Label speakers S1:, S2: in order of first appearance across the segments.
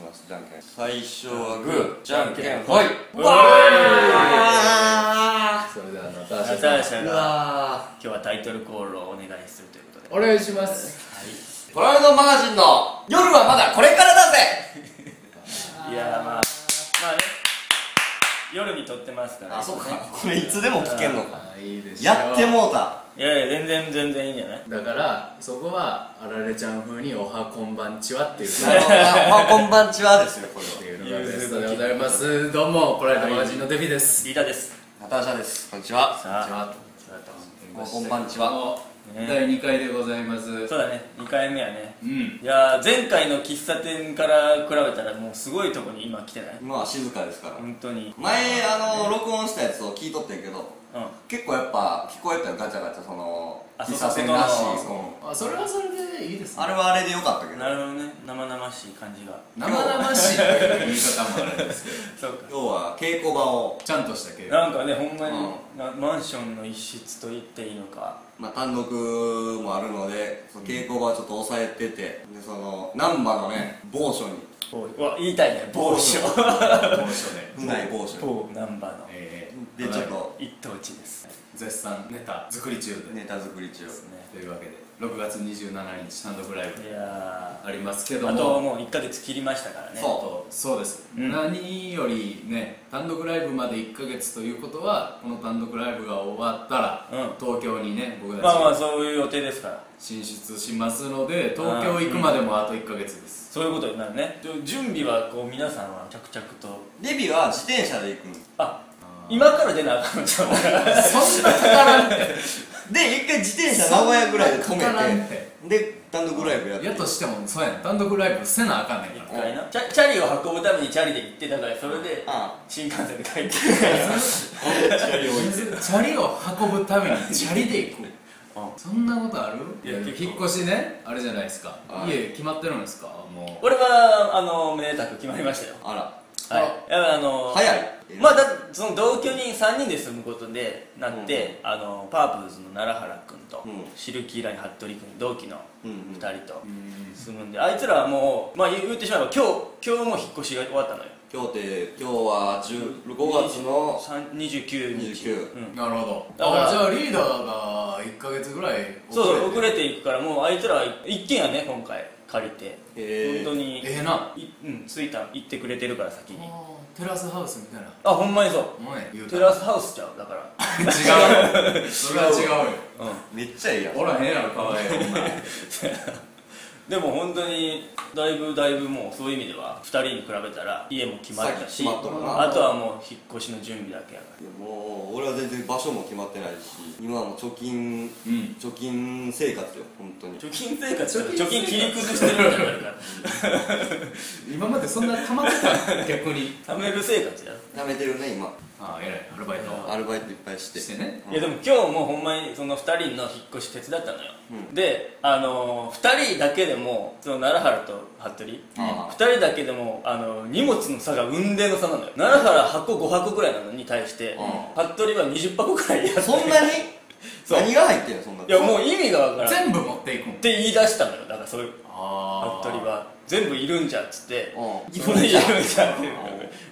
S1: ますじゃんけん
S2: 最初はグーじゃんけん
S1: ほい
S2: わ
S3: それではナタ
S4: ナタ
S3: ーシャ
S4: ーシャ
S2: ーう
S4: が
S2: わ
S4: 今日はタイトルコールをお願いするということで
S3: お願いします
S2: ートラウドマガジンの夜はまだこれからだぜ
S4: いやーまあまあね夜に撮ってますから
S2: あそっかこれいつでも聞けんのか
S3: あいいでしょ
S2: やってもうた
S4: いやいや全然全然いいんじゃない
S3: だからそこはあられちゃん風に「おはこんばんちは」っていう
S2: なるほどなまあこんばんちはですよこれ
S3: って
S2: は
S3: いうのがベストでございますどうもこれマガジンのデビです
S4: リーダーです
S2: ナターシャですこんにちは
S4: さあ
S3: は
S2: こんばんちは
S4: ね
S3: 第2回でございます
S4: そうだね2回目はね
S3: う
S4: い
S3: ん
S4: やー前回の喫茶店から比べたらもうすごいとこに今来てない
S2: 今は静かですから
S4: 本当に
S2: 前あの録音したやつを聞いとってんけど
S4: うん
S2: 結構やっぱ聞こえたよガチャガチャその
S4: あ
S2: 喫茶店らしい
S4: そうそうそう
S2: そう
S3: あそれはそれでいいですね
S2: あれはあれでよかったけど
S4: なるほどね生々しい感じが
S3: 生々しいという言い方もあるんですけ
S4: そ
S3: ど
S4: うか
S2: 今日は稽古場を
S3: ちゃんとしたけど
S4: なんかねほんまに、
S2: う
S4: なマンションの一室と言っていいのか
S2: まあ、単独もあるのでその稽古場はちょっと抑えててでその難波のね某所に
S4: うわ言いたいね某 所
S3: 当初で
S2: うない某所に
S4: 某ナンバーの
S3: え
S2: でちょっと
S4: 一等地です、
S3: 絶賛ネタ作り中で
S2: ネタ作り中
S3: というわけで6月27日単独ライブ
S4: ね、いや
S3: ありますけ
S4: ー
S3: ど
S4: あと
S3: も
S4: もう1ヶ月切りましたからね
S2: そう
S3: とそうです、
S4: うん
S3: 何よりね単独ライブまで1ヶ月ということはこの単独ライブが終わったら、
S4: うん
S3: 東京にね僕たち
S4: まあまあ
S3: が
S4: そういう予定ですから
S3: 進出しますので東京行くまでもあと1ヶ月です、
S4: そういうことになるねで準備はこう皆さんは着々と
S2: デビは自転車で行くん
S4: あ
S3: あー
S4: 今から出なあかんのちゃう
S3: そんなかからんって
S2: で一回自転車名古屋ぐらいで止
S3: そんな
S2: め
S3: かからんって
S2: てで単独ライブやって
S3: やとしてもそうやん単独ライブせなあかんねんから
S4: 一回なチャチャリを運ぶためにチャリで行ってたからそれで
S2: あ
S4: 新幹線で帰ってき
S2: チャリを置いて
S3: チャリを運ぶためにチャリで行く
S4: たうん
S3: そんなことある
S4: いや結構
S3: 引っ越しねあれじゃないですか
S2: はい
S3: 家決まってるんですかもう
S4: 俺はあのめでたく決まりましたよ
S2: あら
S4: はいいやあの
S2: 早い
S4: まあだその同居人3人で住むことでなって、あのパープルズの奈良原君と、
S2: うん
S4: シルキーライン服部君同期の
S2: うんうん
S4: 2人と住むんで、あいつらはもう、まあ、言言ってしまえば今日今日も引っ越しが終わったのよ
S2: 今日って今日は10 5月の
S4: 3 29日
S2: 29
S4: うん、
S3: なるほ
S4: だから
S3: どあじゃあリーダーが1ヶ月ぐらい
S4: そうそう遅
S3: れ
S4: れていくからもうあいつらは一軒やね今回借りて、
S2: え
S4: 本当
S2: ー、
S4: に
S3: ええない
S4: うん着いた行ってくれてるから先に
S3: テラスハウスみたいな
S4: あほんまにそ
S3: もんや言う
S4: う
S3: た
S4: テ
S3: ら
S4: ラスハウスちゃうだから、
S3: 違うそれは違うよ
S4: うん、
S2: めっちゃいいやん
S3: おらへんやろかわいい女
S4: でも本当にだいぶだいぶもうそういう意味では2人に比べたら家も決まったし
S2: さっき決まっとるな
S4: あとはもう引っ越しの準備だけやか
S2: いやもう俺は全然場所も決まってないし今はもう貯金
S3: うん
S2: 貯金生活よ本当に
S4: ら貯金生活貯
S3: 貯
S4: 金
S3: 金生活
S4: 切り崩してるんじゃないから
S3: 今までそんな溜まってた逆に
S4: 貯める生活や、
S2: 貯めてるね今
S3: ああ偉いアルバイト
S2: アルバイトいっぱいして
S3: してね
S2: うん
S4: いやでも今日もほんまにその2人の引っ越し手伝ったのよ、
S2: う
S4: であのー、2人だけでもその奈良原と服部
S2: あ
S4: 2人だけでもあの荷物の差が雲泥の差なのよ奈良原箱5箱ぐらいなのに対して
S2: う
S4: 服部は20箱ぐらいやって
S2: そんなに
S4: そう
S2: 何が入ってんのそんない
S4: やもう意味がわからん
S3: 全部持っていくもん
S4: って言い出したのよだからそういう
S3: あ
S4: 服部は全部いるんじゃっつって
S2: うん
S4: それいるんじゃって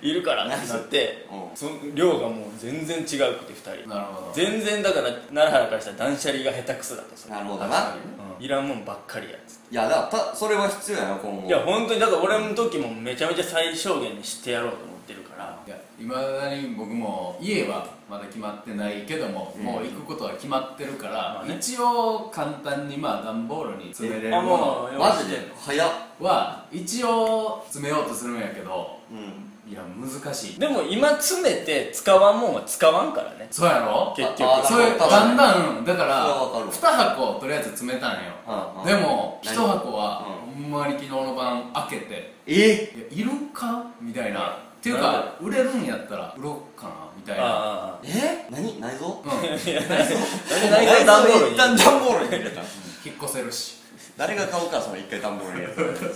S4: いるからってなって
S2: うん
S4: その量がもう全然違うくて2人
S3: なるほど
S4: 全然だから奈良原からしたら断捨離が下手くそだとさ、
S2: なるほどな
S4: うんいらんもんばっかりやっつっ
S2: い
S4: て
S2: やだからたそれは必要やな今後
S4: いや本当にだから俺の時もめちゃめちゃ最小限にしてやろうと思ってるから
S3: いやいまだに僕も家はまだ決まってないけども、もう行くことは決まってるから、
S4: まあね
S3: 一応簡単にまあ段ボールに詰めれる
S4: あ
S3: も
S4: もう
S2: マジで早っ
S3: のは一応詰めようとするんやけど
S2: うん
S3: いや難しい
S4: でも今詰めて使わんもんは使わんからね
S3: そうやろ
S4: 結局
S2: ああ
S3: そうい
S2: な
S3: う
S2: るほど
S3: だんだんだか
S2: それはわからるわ
S3: 2箱とりあえず詰めたんよ
S2: うんうん
S3: でも1
S2: 何
S3: 箱は
S2: う
S3: ほんまに昨日の晩開けて
S2: え
S3: いやいるかみたいなっていう
S4: なん
S3: か売れるんやったら売ろうかなみたいな
S4: ああ
S2: え何内臓
S3: うん
S4: 内臓段ボールに
S2: 一旦段ボールに入れた
S3: 引っ越せるし
S2: 誰が買うかその一回段ボールに入れた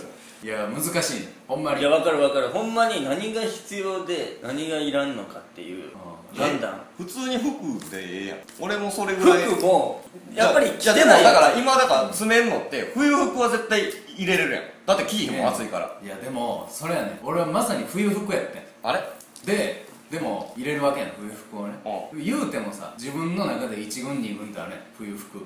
S3: いや難しいねほんまに
S4: いや分かる分かるほんまに何が必要で何がいらんのかっていう
S3: うん
S4: 判断
S2: 普通に服でええやん俺もそれぐらい
S4: 服もやっぱり着て
S2: や
S4: ない
S2: でもだから今だから詰めんのって冬服は絶対入れれるやんだって木ひも暑いから、
S3: いやでもそれやね俺はまさに冬服やってん
S2: あれ
S3: ででも入れるわけやん冬服をね言うてもさ自分の中で1軍2軍ってあるやん冬服、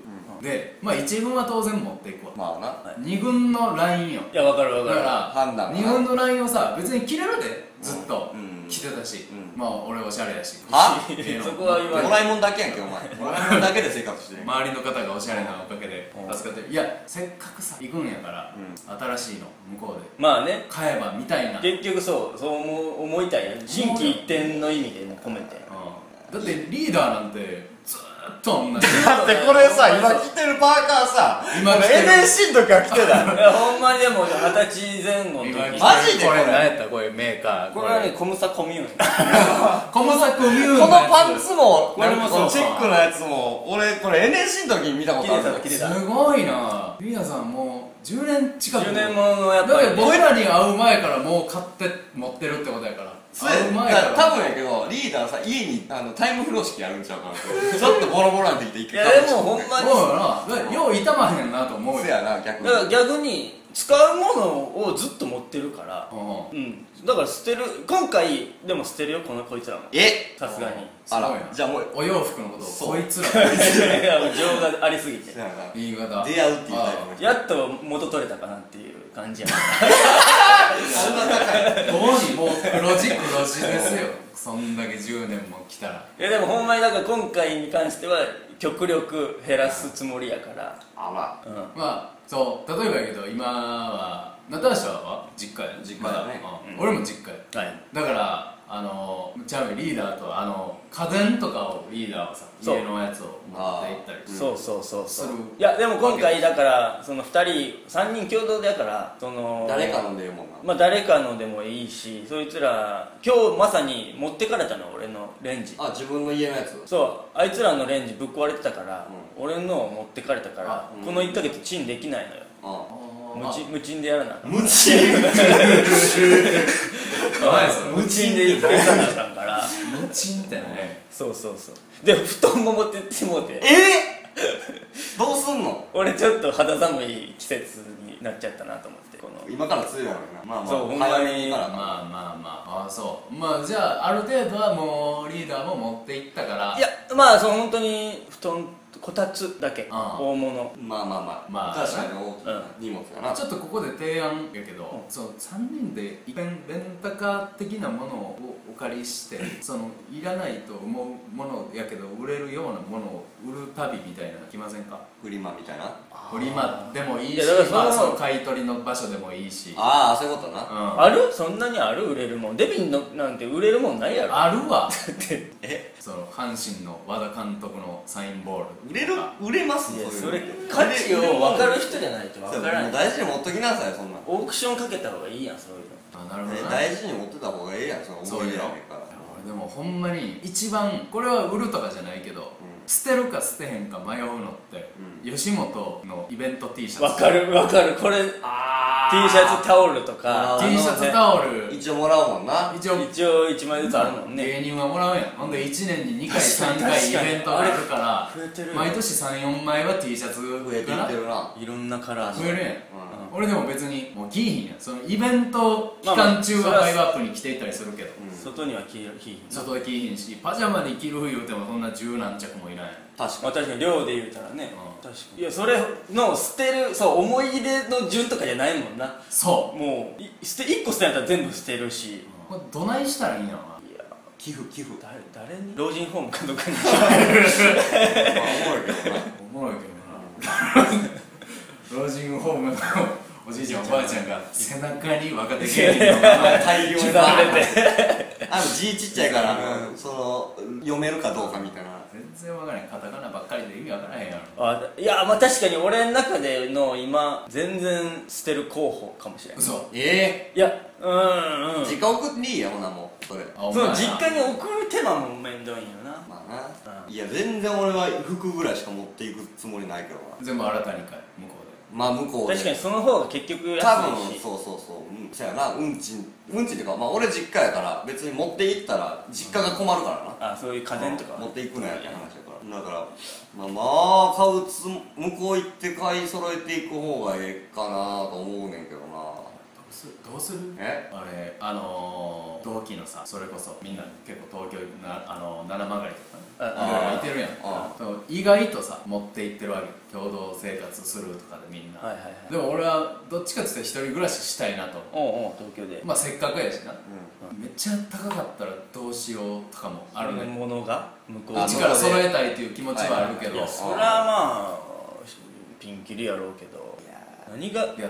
S3: でまあ1軍は当然持っていくわ、
S2: まあな、
S3: 2軍のラインよ
S4: いや分かる分
S3: だ
S4: か
S3: か
S4: る
S3: ら
S2: 判断
S3: 日本のラインをさ別に着れるでずっと
S2: うん
S3: 着てたし、
S2: う
S3: まあ俺おしゃれやし
S2: は
S3: っていうの
S4: そこは言わ
S2: もらいもんだけやんけお前もらいもんだけで生活してる
S3: 周りの方がおしゃれなおかげで
S4: うん
S3: 助かってるいやせっかくさ行くんやから、新しいの向こうで
S4: まあね
S3: 買えばみたいな、うん、だ
S4: 結局そうそう思う思いたいやん心機一転の意味でも込め て
S3: ってリーダーなんてずーっと同じ
S2: だってこれさ今着てるパーカーさ
S3: 今着てる
S2: NSC の時は着てた
S4: いやほんまにでも二十歳前後の
S3: 今
S4: 時
S2: マジでこ
S3: こ
S2: れ
S3: れ何やったこれメーカー
S4: これはねコムサコミ ューン
S3: コムサコミューン
S2: このパンツも
S3: これもそう
S2: なんかこのチェックのやつも俺これ NSC の時に見たことある
S4: 切れ
S3: すごいなリーダーさんもう10年近く
S4: 10年ものやっ
S3: だ
S4: ぱ
S3: っ
S4: り
S3: て僕らに会う前からもう買って持ってるってことやから
S2: そう
S3: 会う前か
S2: だから
S3: ら
S2: 多分やけどリーダーさ家にあのタイム風呂敷やるんちゃうかなとちょっとボロボロなんてきて一
S4: い
S2: 回
S4: やでもほんまに
S3: そうやなだからよう痛まへんなと思うよ
S2: せやな逆に
S4: だから逆に使うものをずっと持ってるから
S3: うん
S4: うんだから捨てる今回でも捨てるよこのこいつらも
S2: え
S4: さすが に
S2: あ
S3: すごい
S2: ら
S3: な
S2: じゃあもう
S3: お洋服のこと
S2: そ
S3: を
S2: う
S3: こいつら
S4: いやもう情がありすぎて
S2: せやな
S3: 言い方
S2: 出会うっていうタイプの人
S4: やっと元取れたかなっていう感じや
S2: そんな高い
S3: 当時もう黒字黒字ですよそんだけ10年も来たら
S4: いやでもほんまにだから今回に関しては極力減らすつもりやから
S2: あ
S4: うん
S3: まあそう例えばやけど今はナターシャは実家や
S2: 実家だね
S3: ま
S4: うん
S3: うん俺も実家や
S4: はい
S3: だからあのちゃうよリーダーとあの家電とかをリーダーはさ
S4: そう
S3: 家のやつを持って行ったり
S2: うん
S4: そうそうそうそう
S3: する
S4: いやでも今回だからその2人3人共同だからその
S2: ら誰か飲んでるもんな
S4: まあ誰かのでもいいしそいつら今日まさに持ってかれたの俺のレンジ
S2: あ自分の家のやつ
S4: そうあいつらのレンジぶっ壊れてたから、俺のを持ってかれたから
S2: あ、うん
S4: この1ヶ月チンできないのよ
S2: あ
S4: 無賃無賃でやらなあかん
S2: 無知
S3: 前 それ
S4: 無賃で行っていかなあかんから
S3: 無賃ってね
S4: そうそうそうで布団も持ってってもうて
S2: えー、どうすんの
S4: 俺ちょっと肌寒い季節になっちゃったなと思ってこの
S2: 今から梅雨やろなまあまあ
S4: そうほんまに
S2: 早めから
S3: まあ
S2: な
S3: まあまあああそうまあじゃあある程度はもうリーダーも持って行ったから
S4: いやまあその本当に布団こたつだけ
S3: ああ
S4: 大物
S2: まあまあまあ、
S3: まあ
S2: 確かに大きな荷物やな、
S3: ちょっとここで提案やけど、そう3人で一遍レンタカー的なものをお借りしてそのいらないと思うものやけど売れるようなものを売る旅みたいなの来ませんか
S2: フリマみたいなあ
S3: フリマでもいい
S4: い
S3: し
S4: やだからその
S3: まあ、その買い取りの場所でもいいし
S2: あそういうことな、
S3: うん、
S4: あるそんなにある売れるもんデビンのなんて売れるもんないやろ
S3: あるわ
S4: って
S3: その阪神の和田監督のサインボール
S2: 売れる売れます
S4: いや
S2: そ
S4: そう
S2: い
S4: れ
S2: うの
S4: 価値を分かる
S2: 売れ
S4: 人じゃないと
S2: そう
S4: 分か
S2: も
S4: らな
S2: う
S4: い
S2: 大事に持っときなさいそんなん
S4: オークションかけた方がいいやんそういうの
S3: あなるほど
S2: え
S3: な
S2: 大事に持ってた方がええやんその
S3: そう
S2: 思い
S3: いう
S2: 出
S3: の
S2: やねんから
S3: 俺でもほんまに一番これは売るとかじゃないけど、
S2: ん
S3: 捨てるか捨てへんか迷うのって、吉本のイベント T シャ
S4: 分
S3: ツ
S4: かる分かるこれ T
S3: あ
S4: シャツタオルとか
S2: あー
S3: T シャツタオル
S2: 一応もらうもんな
S3: 一応
S4: 一応1枚ずつあるもんね
S3: 芸人はもらうやんほんで1年に2回
S4: 確か
S3: 3
S4: に
S3: 回
S4: 確かに
S3: イベントがあるから
S4: あれ増えてるよ
S3: 毎年34枚は T シャツ
S2: 増えてい
S3: か
S2: っ
S3: な
S2: てるな、
S4: いろんなカラー
S3: 増えるやん、
S2: う
S3: 俺でも別にもう着いひんやんそのイベント期間中
S4: まあま
S3: は
S4: あ
S3: ハイワップに着ていったりするけど、
S2: ん
S4: 外には黄色いひんな
S3: 外で着いひんしパジャマで着る言うてもそんな十何着もいない
S2: 確か
S4: まあ確かに量で言うたらね
S3: うん
S4: 確かにいやそれの捨てるそう思い入れの順とかじゃないもんな
S3: そう
S4: もうい捨て1個捨てなったら全部捨てるし
S3: これどないしたらいいんやろない
S4: や
S2: 寄付寄付ま
S4: 誰誰に老人ホームかどっかに
S2: あおもろいけどな
S3: おもろいけどな老人ホームのおじいちゃんおばあちゃんが背中に若手芸人の名前
S2: 大量
S4: 刻
S2: に
S4: ま れて
S2: あの字ちっちゃいから、あのその読めるかどうかみたいな
S3: 全然わからへんカタカナばっかりで意味わからへんやろ
S4: あいやまあ確かに俺の中での今全然捨てる候補かもしれない
S3: 嘘
S2: え
S4: いやうーんう
S2: え
S4: ん
S2: 実家送っていいやほなもうそれ
S3: あお
S4: そ
S3: 前
S4: の
S3: な
S4: 実家に送る手間も面倒いんよな
S2: まあな、
S4: うん
S2: いや全然俺は服ぐらいしか持っていくつもりないけどな
S3: 全部新たに買い向こう
S2: まあ向こうで
S4: 確かにその方が結局安いし
S2: 多分そうそうそううんそやなうんちんうんちんっていうかまあ俺実家やから別に持って行ったら実家が困るからな、
S4: あそういう家電とかは
S2: 持っていくなよって話だからだからまあ、まあ、買うつ向こう行って買い揃えていく方がええかなと思うねんけどな
S3: すどうする
S2: え
S3: あれあのー、同期のさそれこそみんな結構東京なあのー、七曲がりとかね
S2: あ
S3: いろいろいてるやん
S2: あ
S3: そう意外とさ持って行ってるわけ共同生活するとかでみんな、
S4: はいはいはい
S3: でも俺はどっちかって言ったら一人暮らししたいなと
S4: おうおう東京で
S3: まあせっかくやしな
S2: う
S3: めっちゃ高かったらどうしようとかもあるね
S4: ものが向こう
S2: あ
S3: 一から揃
S4: え
S3: えたいという気持ちはあるけど、
S4: い
S3: い
S4: や
S3: や
S4: そりゃまあピンキリやろうけど何が
S3: 例えば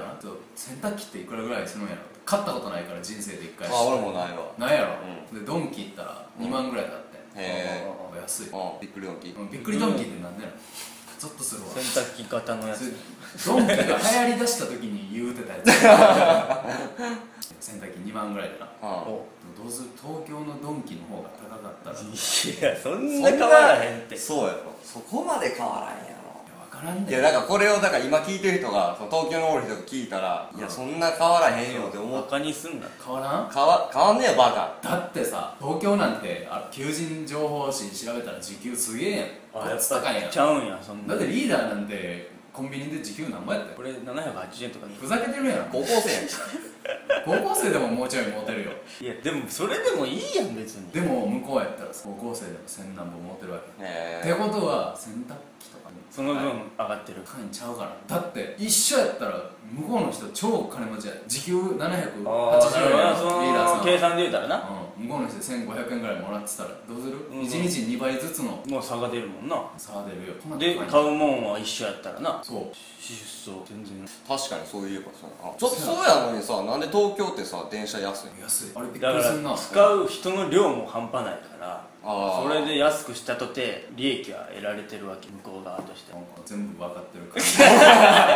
S3: なそう洗濯機っていくらぐらいするんやろ買ったことないから人生で一回
S2: んあ俺もないわ
S3: なんやろ、でドンキ行ったら2万ぐらいだって、
S2: へえ
S3: お安い、
S2: うんびっくりドンキー
S3: うんびっくりドンキってなんでやろゾッとするわ
S4: 洗濯機型のやつ
S3: ドンキが流行りだした時に言うてたやつ 洗濯機2万ぐらいだな
S2: うん
S4: お
S3: どうする東京のドンキの方が高かったらい
S4: いやそんな変わらへんって
S2: そうやろそこまで変わらんやろ
S3: や分からん
S2: い
S3: ね
S2: やだからこれをだから今聞いてる人がその東京のおる人が聞いたらいやそんな変わらへんよって思
S4: バ
S2: う
S4: カにすんな
S3: 変わらん
S2: 変わ変わんねえよバカ
S3: だってさ東京なんてあ求人情報誌調べたら時給すげえやん
S4: あやっ
S3: 高いや
S4: ぱ
S3: ん
S4: ちゃうんやそんな
S3: だってリーダーなんてコンビニで時給何倍やったよ
S4: これ780円とかね
S3: ふざけてるやん
S2: 高校生やん
S3: 高校生でももうちょいモテるよ
S4: いやでもそれでもいいやん別に
S3: でも向こうやったらさ高校生でも千何本モテるわけ
S2: え
S3: ってことは洗濯機とかね
S4: その分
S3: はい
S4: 上がってる
S3: 高いんちゃうかなだって一緒やったら向こうの人超金持ちや時給780円やリーダ
S4: そ
S3: ーさん
S4: の計算で言うたらな
S3: うん、向こうの人1,500円ぐらいもらってたらどうする、
S4: うん
S3: 一 ?1 日2倍ずつの
S4: もう差が出るもんな
S3: 差出るよこんなん
S4: で
S3: 高いの
S4: 買うもんは一緒やったらな
S3: そう
S4: 出走全然
S2: 確かにそういえばそうやなちょっとそうやのにさなんで東京ってさ電車安いの
S3: 安いあれびっく
S4: だか
S3: りすんな
S4: ら使う人の量も半端ないから
S2: あー
S4: それで安くしたとて利益は得られてるわけ向こう側として
S3: な
S4: も
S3: んか全部分かってるから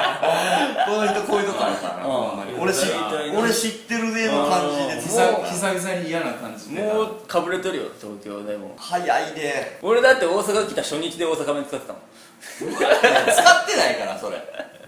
S2: この人こういうとこあるからな
S4: うん
S2: ほんまに
S4: うん
S2: 俺知
S4: 絶対に
S2: 俺知ってるねの感じで
S4: うん
S2: 伝わ
S3: 久
S2: る
S3: 々久々に嫌な感じで
S4: もうかぶれとるよ東京でも
S2: 早いで
S4: 俺だって大阪来た初日で大阪弁使ってたもん
S2: 使ってないからそれ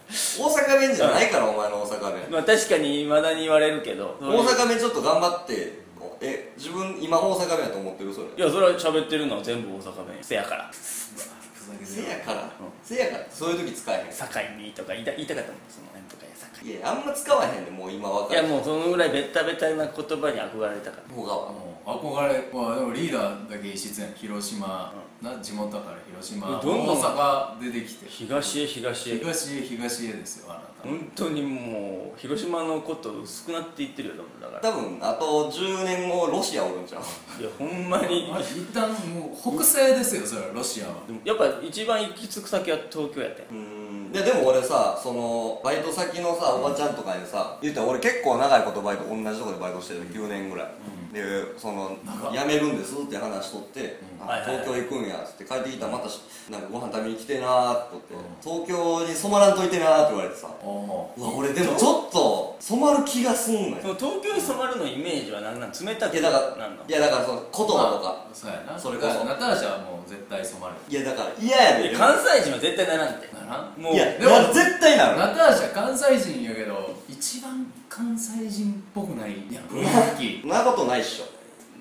S2: 大阪弁じゃないからお前の大阪弁
S4: まあ確かにいまだに言われるけど
S2: 大阪弁ちょっと頑張ってえ自分今大阪弁やと思ってるそれ
S4: いやそれは喋ってるのは全部大阪弁せやから
S3: ふざけ
S2: せ
S3: て
S2: や
S3: る
S2: から、せやからそういう時使えへん
S4: 堺にとか言いた言いたかったもんそのなんとかや堺
S2: いやあんま使わへんでもう今
S4: い
S2: 若い
S4: やもうそのぐらいベタベタな言葉に憧れたから
S2: 方が
S3: もう憧れまあでもリーダーだけ異質やん広島、な地元だから広島
S4: どんどん
S3: 大阪出てきて
S4: 東へ東へ
S3: 東へ東へですよあなた、
S4: 本当にもう広島のこと薄くなっていってるよだから
S2: 多分あと10年後ロシアおるんちゃう
S4: いやほんまに
S3: まあ一旦もう北西ですよそれはロシアは
S4: でもやっぱ一番行き着く先は東京やったよ
S2: うーんいやでも俺さそのバイト先のさおばちゃんとかにさ言ったら俺結構長いことバイト同じとこでバイトしてる9年ぐらい、でその
S3: 長っ
S2: 辞めるんですって話しとって、
S4: うん
S2: あ
S4: はいはいはい
S2: 東京行くんやっつって帰ってきたらまたしなんかご飯食べに来てなーって言って、東京に染まらんといてなーって言われてさ
S3: おお
S2: うわ俺でもちょっと染まる気がすんのよ
S4: その東京に染まるのイメージは何なん冷た
S2: い
S4: く
S2: やだから
S4: なんの
S2: いやだからその言葉とか、
S3: そうやな
S2: それこそ
S3: ナターシャはもう絶対染まる
S2: いやだから嫌や
S4: い
S2: で
S4: や関西人は絶対ならんって
S3: なら
S4: もう
S2: いや
S3: で
S2: で
S3: も
S2: も絶対なる
S3: ナターシャ関西人やけど一番関西人っぽくないやん雰囲気
S2: そんなことないっしょ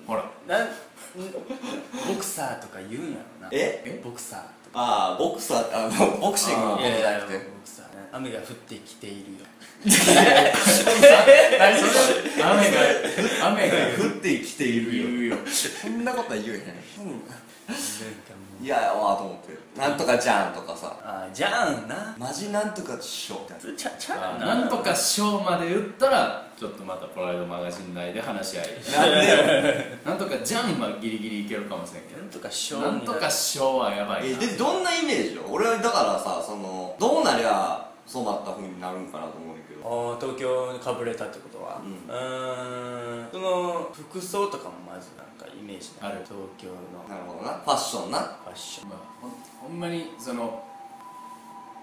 S3: ほら
S4: なんボクサーとか言うんやろな
S2: え
S3: え
S4: ボクサーと
S2: ああボクサーあのボクシングのこ
S3: あ
S4: か
S2: と
S4: い
S2: じ
S4: やい
S2: ゃな
S4: や
S2: く
S4: ボ
S2: て
S4: クサー雨が降ってきているよ
S3: 何それ雨が雨が
S2: 降ってきてい
S3: 言
S2: るよ
S3: うよ
S2: そんなことは言えへん
S4: なんかもう
S2: 嫌やわと思ってなんとかじゃんとかさ
S4: あーじゃあな
S2: マジなんとかっしょみたいな
S4: それちゃちゃ
S3: あ
S4: あ
S3: なんとかショーまで言ったらちょっとまたプライドマガジン内で話し合い
S2: なん でよ
S3: なんとかジャンはギリギリいけるかもしれんけ
S4: なんとかしよ
S3: ど
S4: う
S3: なんとかショーはやばい
S2: え
S3: な
S2: でどんなイメージよ俺はだからさそのどうなりゃ染まった風になるんかなと思うんだけど
S4: あー東京にかぶれたってことは
S2: うん
S4: うーんその服装とかもまずなんかイメージない
S3: ある
S4: 東京のフ
S2: なるほどなファッションな
S4: ァッション
S3: まあ、ほんほんまにその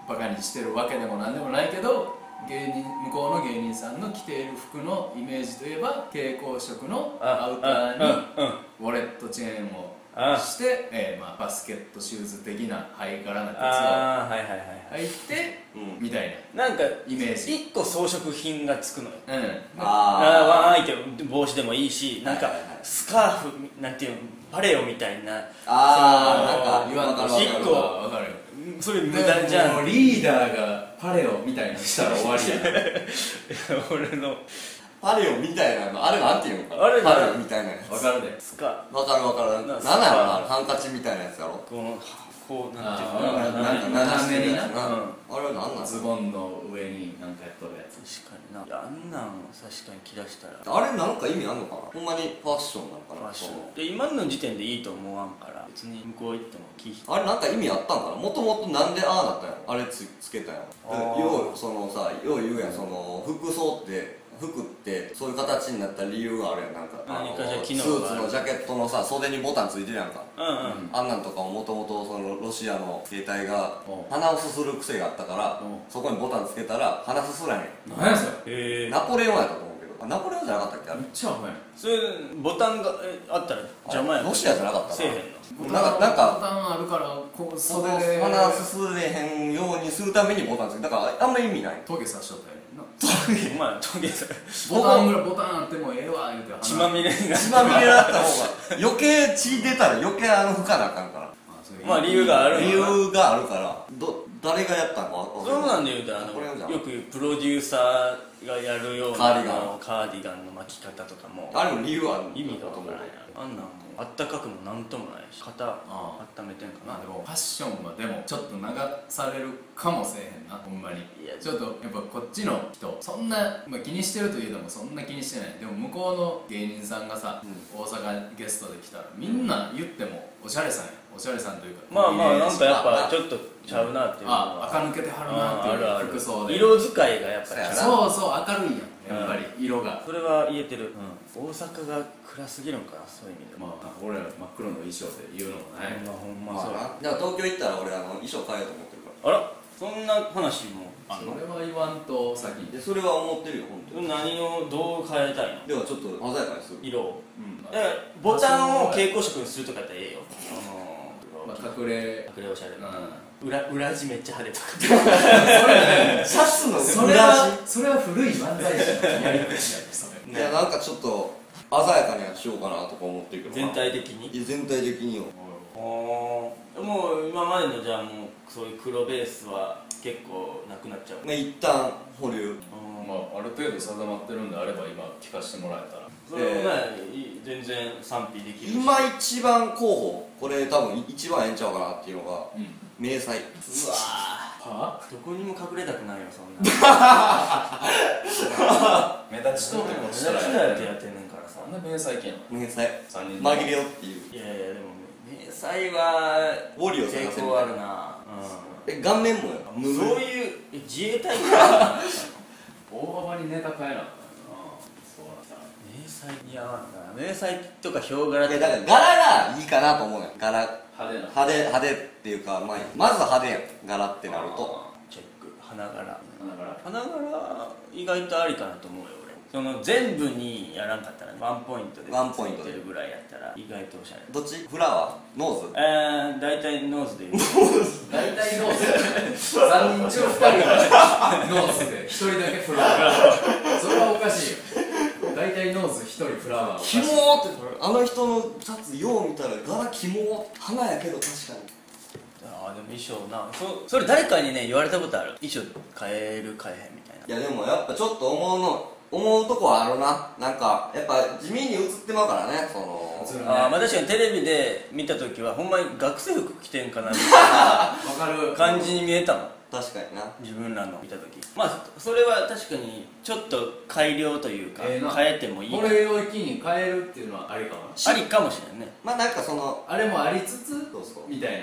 S3: バカにしてるわけでもなんでもないけど芸人向こうの芸人さんの着ている服のイメージといえば蛍光色のアウターに
S4: うんうん
S3: ウォレットチェーンを
S4: あ
S3: して、えーまあ、バスケットシューズ的なハイカラな
S4: あーはいはいはいは
S3: 靴を履いて、
S2: うん
S3: みたい
S4: いなんか
S3: イメージ
S4: 一個装飾品がつくのよ
S3: な、うん、
S2: あ
S4: あーわーいって帽子でもいいしなんか
S2: はいはいはい
S4: スカーフなんていうのパレオみたいな
S2: ああ
S3: 言
S2: ーなんか
S3: わ
S2: わ
S3: んと
S2: かる
S3: し
S2: わ
S3: っ
S2: かる
S3: こは分かるよ
S4: それ無駄じゃ
S3: でも
S4: ん
S3: リーダーがパレオみたいにしたら終わりやな
S4: 俺の
S2: パレオみたいなのあれなんていうのかな
S4: あれ
S2: パレオみたいなやつ
S3: わかるで
S4: スカ
S2: わかるわかる
S4: な
S2: なんん
S4: か
S2: なんやろなあれハンカチみたいなやつやろ
S4: このこうなんていう
S3: あー
S4: の
S3: わ
S4: か
S3: か
S2: な
S3: る
S2: なんか
S4: ななんか確
S3: な
S2: 流してるやつな
S4: うん
S2: あれはなんなん
S3: ズボンの上になんかやっとるやつ
S4: かにないやあんなん確かに着だしたら
S2: あれなんか意味あんのかなほんまにファッションなのかな
S4: ファッションで今の時点でいいと思わんから別に向こう行っても着ひ
S2: あれなんか意味あったんかなもともとなんでああなったんやろあれつつけたんや
S4: あー
S2: ろようそのさよう言うやんその服装って服ってそういう形になった理由があるやんなんかあ
S4: 何かじゃあ
S2: のス
S4: 機
S2: ー
S4: 能
S2: ツ
S4: がある
S2: のジャケットのさ袖にボタンついてるやんか
S4: うんうん、
S3: うん
S2: あんなんとかももともとそのロシアの携帯が
S3: うん
S2: 鼻をすする癖があったから
S3: うん
S2: そこにボタンつけたら鼻すすらへ
S3: 何やそれ
S4: へえ
S2: んナポレオンやったと思うけどあナポレオンじゃなかったっけあ
S3: めっちゃアホやん
S4: それボタンがえあったら邪魔や
S2: れロシアじゃなかったな
S4: せえへん
S2: れ
S4: の
S2: なんかなん
S3: ボ
S2: か
S3: タンあるからこう
S2: そ
S3: 袖
S2: の
S3: で
S2: 鼻すすれへんようにするためにボタンつけただからあんま意味ない
S3: トゲ刺しとったやんな
S4: お前トゲさ
S2: ボ
S3: ボ
S2: タ
S3: タ
S2: ン
S3: ンぐらいボタンあってもええわ言うて
S4: 血まみれにな
S2: 血まみれだった方が余計血出たら余計あの負荷なあかんか
S4: まあ理由があ
S2: ら
S4: る
S2: 理
S4: のかな
S2: 由があるからど誰がやったのか分
S4: そ
S2: か
S4: うなんん
S2: ない
S4: で言うたらあ
S2: これ読んじゃ
S4: の
S2: う
S4: よくプロデューサーがやるような
S2: カーディガン
S4: あのカーディガンの巻き方とかも
S2: あれも理由はある
S4: 意味がわからないなあんなんもうあったかくもなんともないし肩
S3: あ
S4: 温めてんか
S3: ま
S4: な
S3: あでもファッションはでもちょっと流されるかもせえへんなほんまに
S4: いや
S3: ちょっとやっぱこっちの人そんな、まあ、気にしてるといえどもそんな気にしてないでも向こうの芸人さんがさ、大阪ゲストで来たらみんな言ってもおしゃれさんやおしゃれさんというか
S4: まあまあなんかやっ
S2: まあま
S4: ぱ
S2: あ
S4: ちょっとちゃうなっていうのは
S3: あ垢抜けてはるなって
S4: あ
S3: い
S4: あ
S3: う
S4: るある
S3: 服装で
S4: 色使いがやっぱり
S2: そうやな
S3: そうそう明るいやんやっぱり色が、
S4: それは言えてる、大阪が暗すぎるんかなそういう意味でも
S3: まあ俺ら真っ黒の衣装で言うのも
S4: ほ
S3: ね
S4: んまほん
S2: ま
S4: まそうや
S2: あなだから東京行ったら俺あの衣装変えようと思ってるか
S4: あらそんな話もあん
S3: そ
S4: の
S3: れは言わんと先に
S2: らでそれは思ってるよ本当に
S4: 何をどう変えたいの
S2: ではちょっと鮮やかにする
S4: 色を
S3: うん
S4: だからボタンを蛍光色にするとかやったらええよあ
S3: ま
S4: のー
S3: あ、隠れ
S4: 隠れおしゃれ
S3: うん
S4: な裏裏地めっちゃ派手と
S2: シャツの
S3: それはそれは古い漫才師のやり口だよそ
S2: い
S3: れ
S2: やなんかちょっと鮮やかにはしようかなとか思ってるけ
S4: か
S2: ど
S4: 全体的に
S2: いや全体的によ
S4: もう今までのじゃあもうそういう黒ベースは結構なくなっちゃう
S2: ね一旦保留
S3: まあ、ある程度定まってるんであれば今聞かせてもらえたら
S4: それもね、い全然賛否できるし
S2: 今一番候補これ多分一番ええんちゃうかなっていうのが
S3: うん
S2: 迷彩
S4: うわ
S3: は
S4: ーどこにも隠れたくないよそん な
S3: あ目立ちとうとこしたら
S4: 目立ちだよってやってんねんからさ
S3: あんな迷彩系な
S2: 迷彩
S3: 3人
S2: 紛れよっていう
S4: いやいやでも迷彩は
S2: ウォリオ探せみたい
S4: 抵抗あるな、
S2: え顔面もよ
S4: うん、
S2: 無
S4: そう
S2: 無
S4: いうえ自衛隊か
S3: 大幅にネタ変えなあそうなんだ
S4: 迷彩似合わんな迷彩とかヒョウ柄
S2: い
S4: と
S2: や
S4: か
S2: だから柄がいいかなと思うのよ柄
S3: 派手な
S2: 派手派手っていうか、まあ、まず派手やん柄ってなると
S4: チェック花柄
S3: だから
S4: 花柄意外とありかなと思うよ俺その全部にやらんかったらねワンポイントで
S2: ワンポイントで
S4: ついてるぐらいやったら意外とおしゃれ
S2: どっちフラワーノーズ
S4: えー、大体ノーズで 言う
S3: 大体ノース3人中2人がノースで1人だけフラワーそれはおかしいよ大体ノース1人フラワーおかし
S2: キ
S3: い
S2: モーってあの人のシャツよう見たら柄キモー花やけど確かに
S4: ああでも衣装なそそれ誰かにね言われたことある衣装変える変えへんみたいない
S2: やでもやっぱちょっと思うの思うとこはあるななんかやっぱ地味に映ってまうからねその
S3: 映る
S4: あーまあ確かにテレビで見た時はほんまに学生服着てんかなみた
S3: わかる
S4: いな感じに見えたもん
S2: 確かにな
S4: 自分らの見た時まあそれは確かにちょっと改良というか、
S3: ええな
S4: 変えてもいい
S3: これを一気に変えるっていうのはありかもな
S4: ありかもしれんね
S2: まあなんかその
S3: あれもありつつ
S2: そうそう
S3: みたいな
S2: うん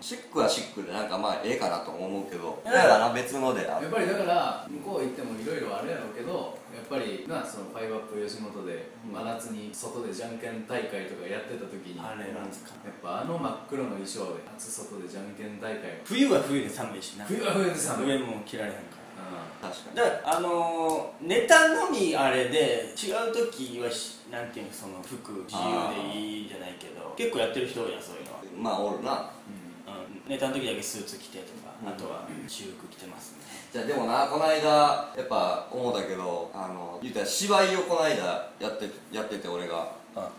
S2: シックはシックでなんかまあええかなと思うけどだ
S4: うん
S2: からな別のでな
S3: やっぱりだから向こう行ってもいろいろあるやろうけどやっぱりなそのファイブアップ吉本で
S2: うん
S3: 真夏に外でじゃんけん大会とかやってた時に
S4: あ
S3: やっ
S4: れなんですか
S3: ぱあの真っ黒の衣装で夏外でじゃんけん大会を
S4: 冬は冬で寒いしな
S3: 冬は冬で寒い
S4: 上も着られへんから
S2: 確かに
S4: だからあのー、ネタのみあれで違う時はしなんていうのその服自由でいいじゃないけど結構やってる人多いやんそういうのは、
S2: まあおるな
S4: うん、ネタの時だけスーツ着てとか、
S2: うん
S4: あとは私服着てますね
S2: じゃあでもなこの間やっぱ思ったけどあの言うたら芝居をこの間やってやってて俺が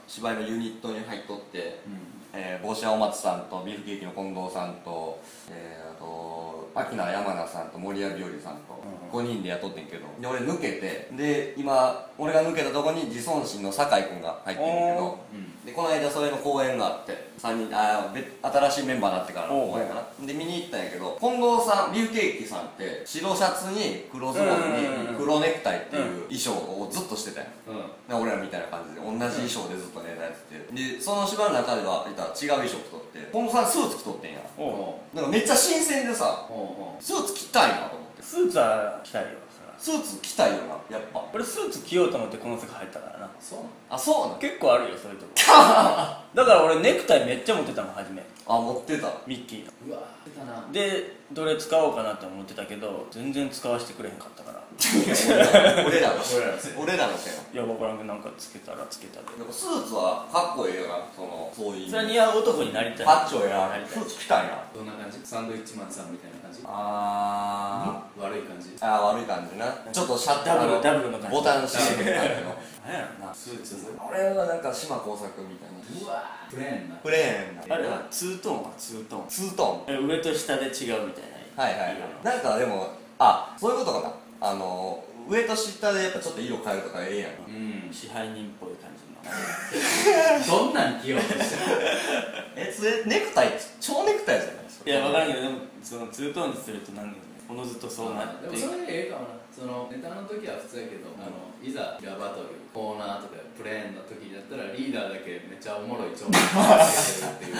S2: 芝居のユニットに入っとって、
S3: うん
S2: えー帽子屋お松さんとビーフケーキの近藤さんと、えー、あと秋名山名さんと森谷日和さんと5
S3: う
S2: 人で雇ってんけどで俺抜けてで今俺が抜けたとこに自尊心の酒井君が入ってんけど
S3: うん
S2: でこの間それの公演があって3人あーべ新しいメンバーになってからの公演かなで見に行ったんやけど近藤さんビューケーキさんって白シャツに黒ズボン
S4: うんうんう
S2: に
S4: ん
S2: 黒ネクタイっていう衣装をずっとしてたんや
S4: うん
S2: で俺らみたいな感じで同じ衣装でずっとネタやっててでその芝居の中では言ったら違う衣装着とって近藤さんスーツ着とってんや
S4: おうおう
S2: なんかめっちゃ新鮮でさ
S4: おう
S2: スーツ着たいなと思って
S4: スーツは着たいよそ
S2: ス
S4: ら
S2: ーツ着たいよなやっぱ
S4: 俺スーツ着ようと思ってこの世界入ったからな
S3: そう
S2: あそうなん
S4: 結構あるよそう いうとこだから俺ネクタイめっちゃ持ってたもん初め
S2: あ持ってた
S4: ミッキーの
S3: うわ出たな
S4: でどれ使おうかなって思ってたけど全然使わせてくれへんかったから
S2: 俺らのせい
S4: 俺らのせい
S2: 俺らのせいや
S4: いや分からんけどなんかつけたらつけたで
S2: なんかスーツはかっこええよなそのそういう
S4: それは似合う男になりたい
S2: パッチョや
S4: なり
S2: ス
S4: たい
S2: ーツ着たいな
S3: どんな感じサンドイッチマンさんみたいな感じ
S2: あ
S3: 悪い感じ
S2: ーあー悪い感じなちょっとシャッタ
S4: ダ
S2: ー
S4: ブル
S2: の
S4: ダブルの感じ
S2: ボタン閉めてる感じの
S4: なんやろな
S3: スーツ
S2: あれはなんか島耕作みたいな
S3: うわプレーンな
S2: プレーンな
S4: あれはツートーンはツートーン
S2: ツート
S4: え上と下で違うみたい
S2: ン
S4: な
S2: はいはい
S4: 色の
S2: なんかでもあそういうことかなあの上と下でやっぱちょっと色変えるとかええやん
S3: うん
S4: 支配人っぽい感じの
S3: どんなん着ようとしてる
S2: えそれネクタイ超ネクタイじゃないそ
S4: い
S2: れ
S4: や分からんけどでもそのツートーンにするとなんだよねおのずとそうなっ
S3: でも
S4: てい
S3: そ
S4: く
S3: れでええかもなそのネタの時は普通やけど、あのいざラバトルコーナーとかプレーンの時だったらリーダーだけめっちゃおもろい帳面つけてるっ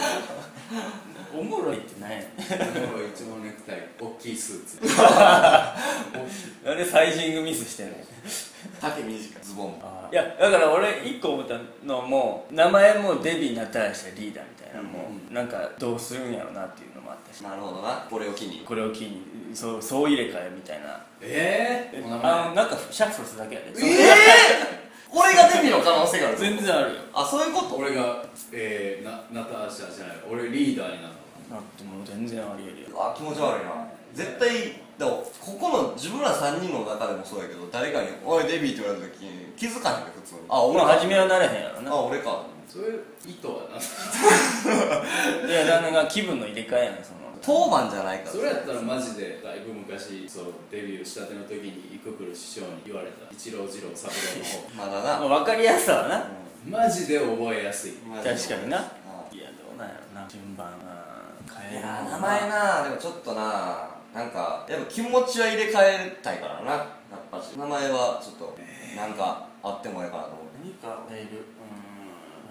S4: おもろいってなんやね
S3: ていうおもろい帳ネクタイ大きいスーツ
S4: んなんでサイジングミスしてんの
S2: 丈短いズボンも
S4: いやだから俺一個思ったのも名前もデビになったらしてリーダーみたいなのも、なんかどうするんやろなっていうのもあったし
S2: なるほどなこれを機に
S4: これを機にそう総入れ替えみたいな
S3: ええお名
S4: あの
S3: 前
S4: なんかシャッフルするだけやで、
S2: ええ俺がデビの可能性がある
S4: 全然あるよ
S2: あそういうこと
S3: 俺がえー、なナターシャじゃない俺リーダーになるの
S4: だってもう全然ありえる
S2: う
S4: よ
S2: わ気持ち悪いな絶対だからここの自分ら3人の中でもそうやけど誰かに「おいデビー」って言われた時に気づかへんね普通にあ
S4: まあ
S2: か
S4: 初めはなれへんやろ
S2: あ俺か
S3: そういう意図はなそ
S4: ないやだから気分の入れ替えやねんその
S2: 当番じゃないから
S3: れやったらマジでだいぶ昔そうデビューしたての時にイククル師匠に言われた一郎二郎三郎の方
S2: まだ
S4: ま
S2: な
S4: あ分かりやすさはな、
S3: マジで覚えやすい
S4: 確かにないいやどうなんやろな順番うん変
S2: や
S4: えるの
S2: ー
S4: も
S2: 名前なでもちょっとななんかやっぱ気持ちは入れ替えたいからなやっぱし名前はちょっとなんかあってもええかなと思って
S4: 何かだいぶうん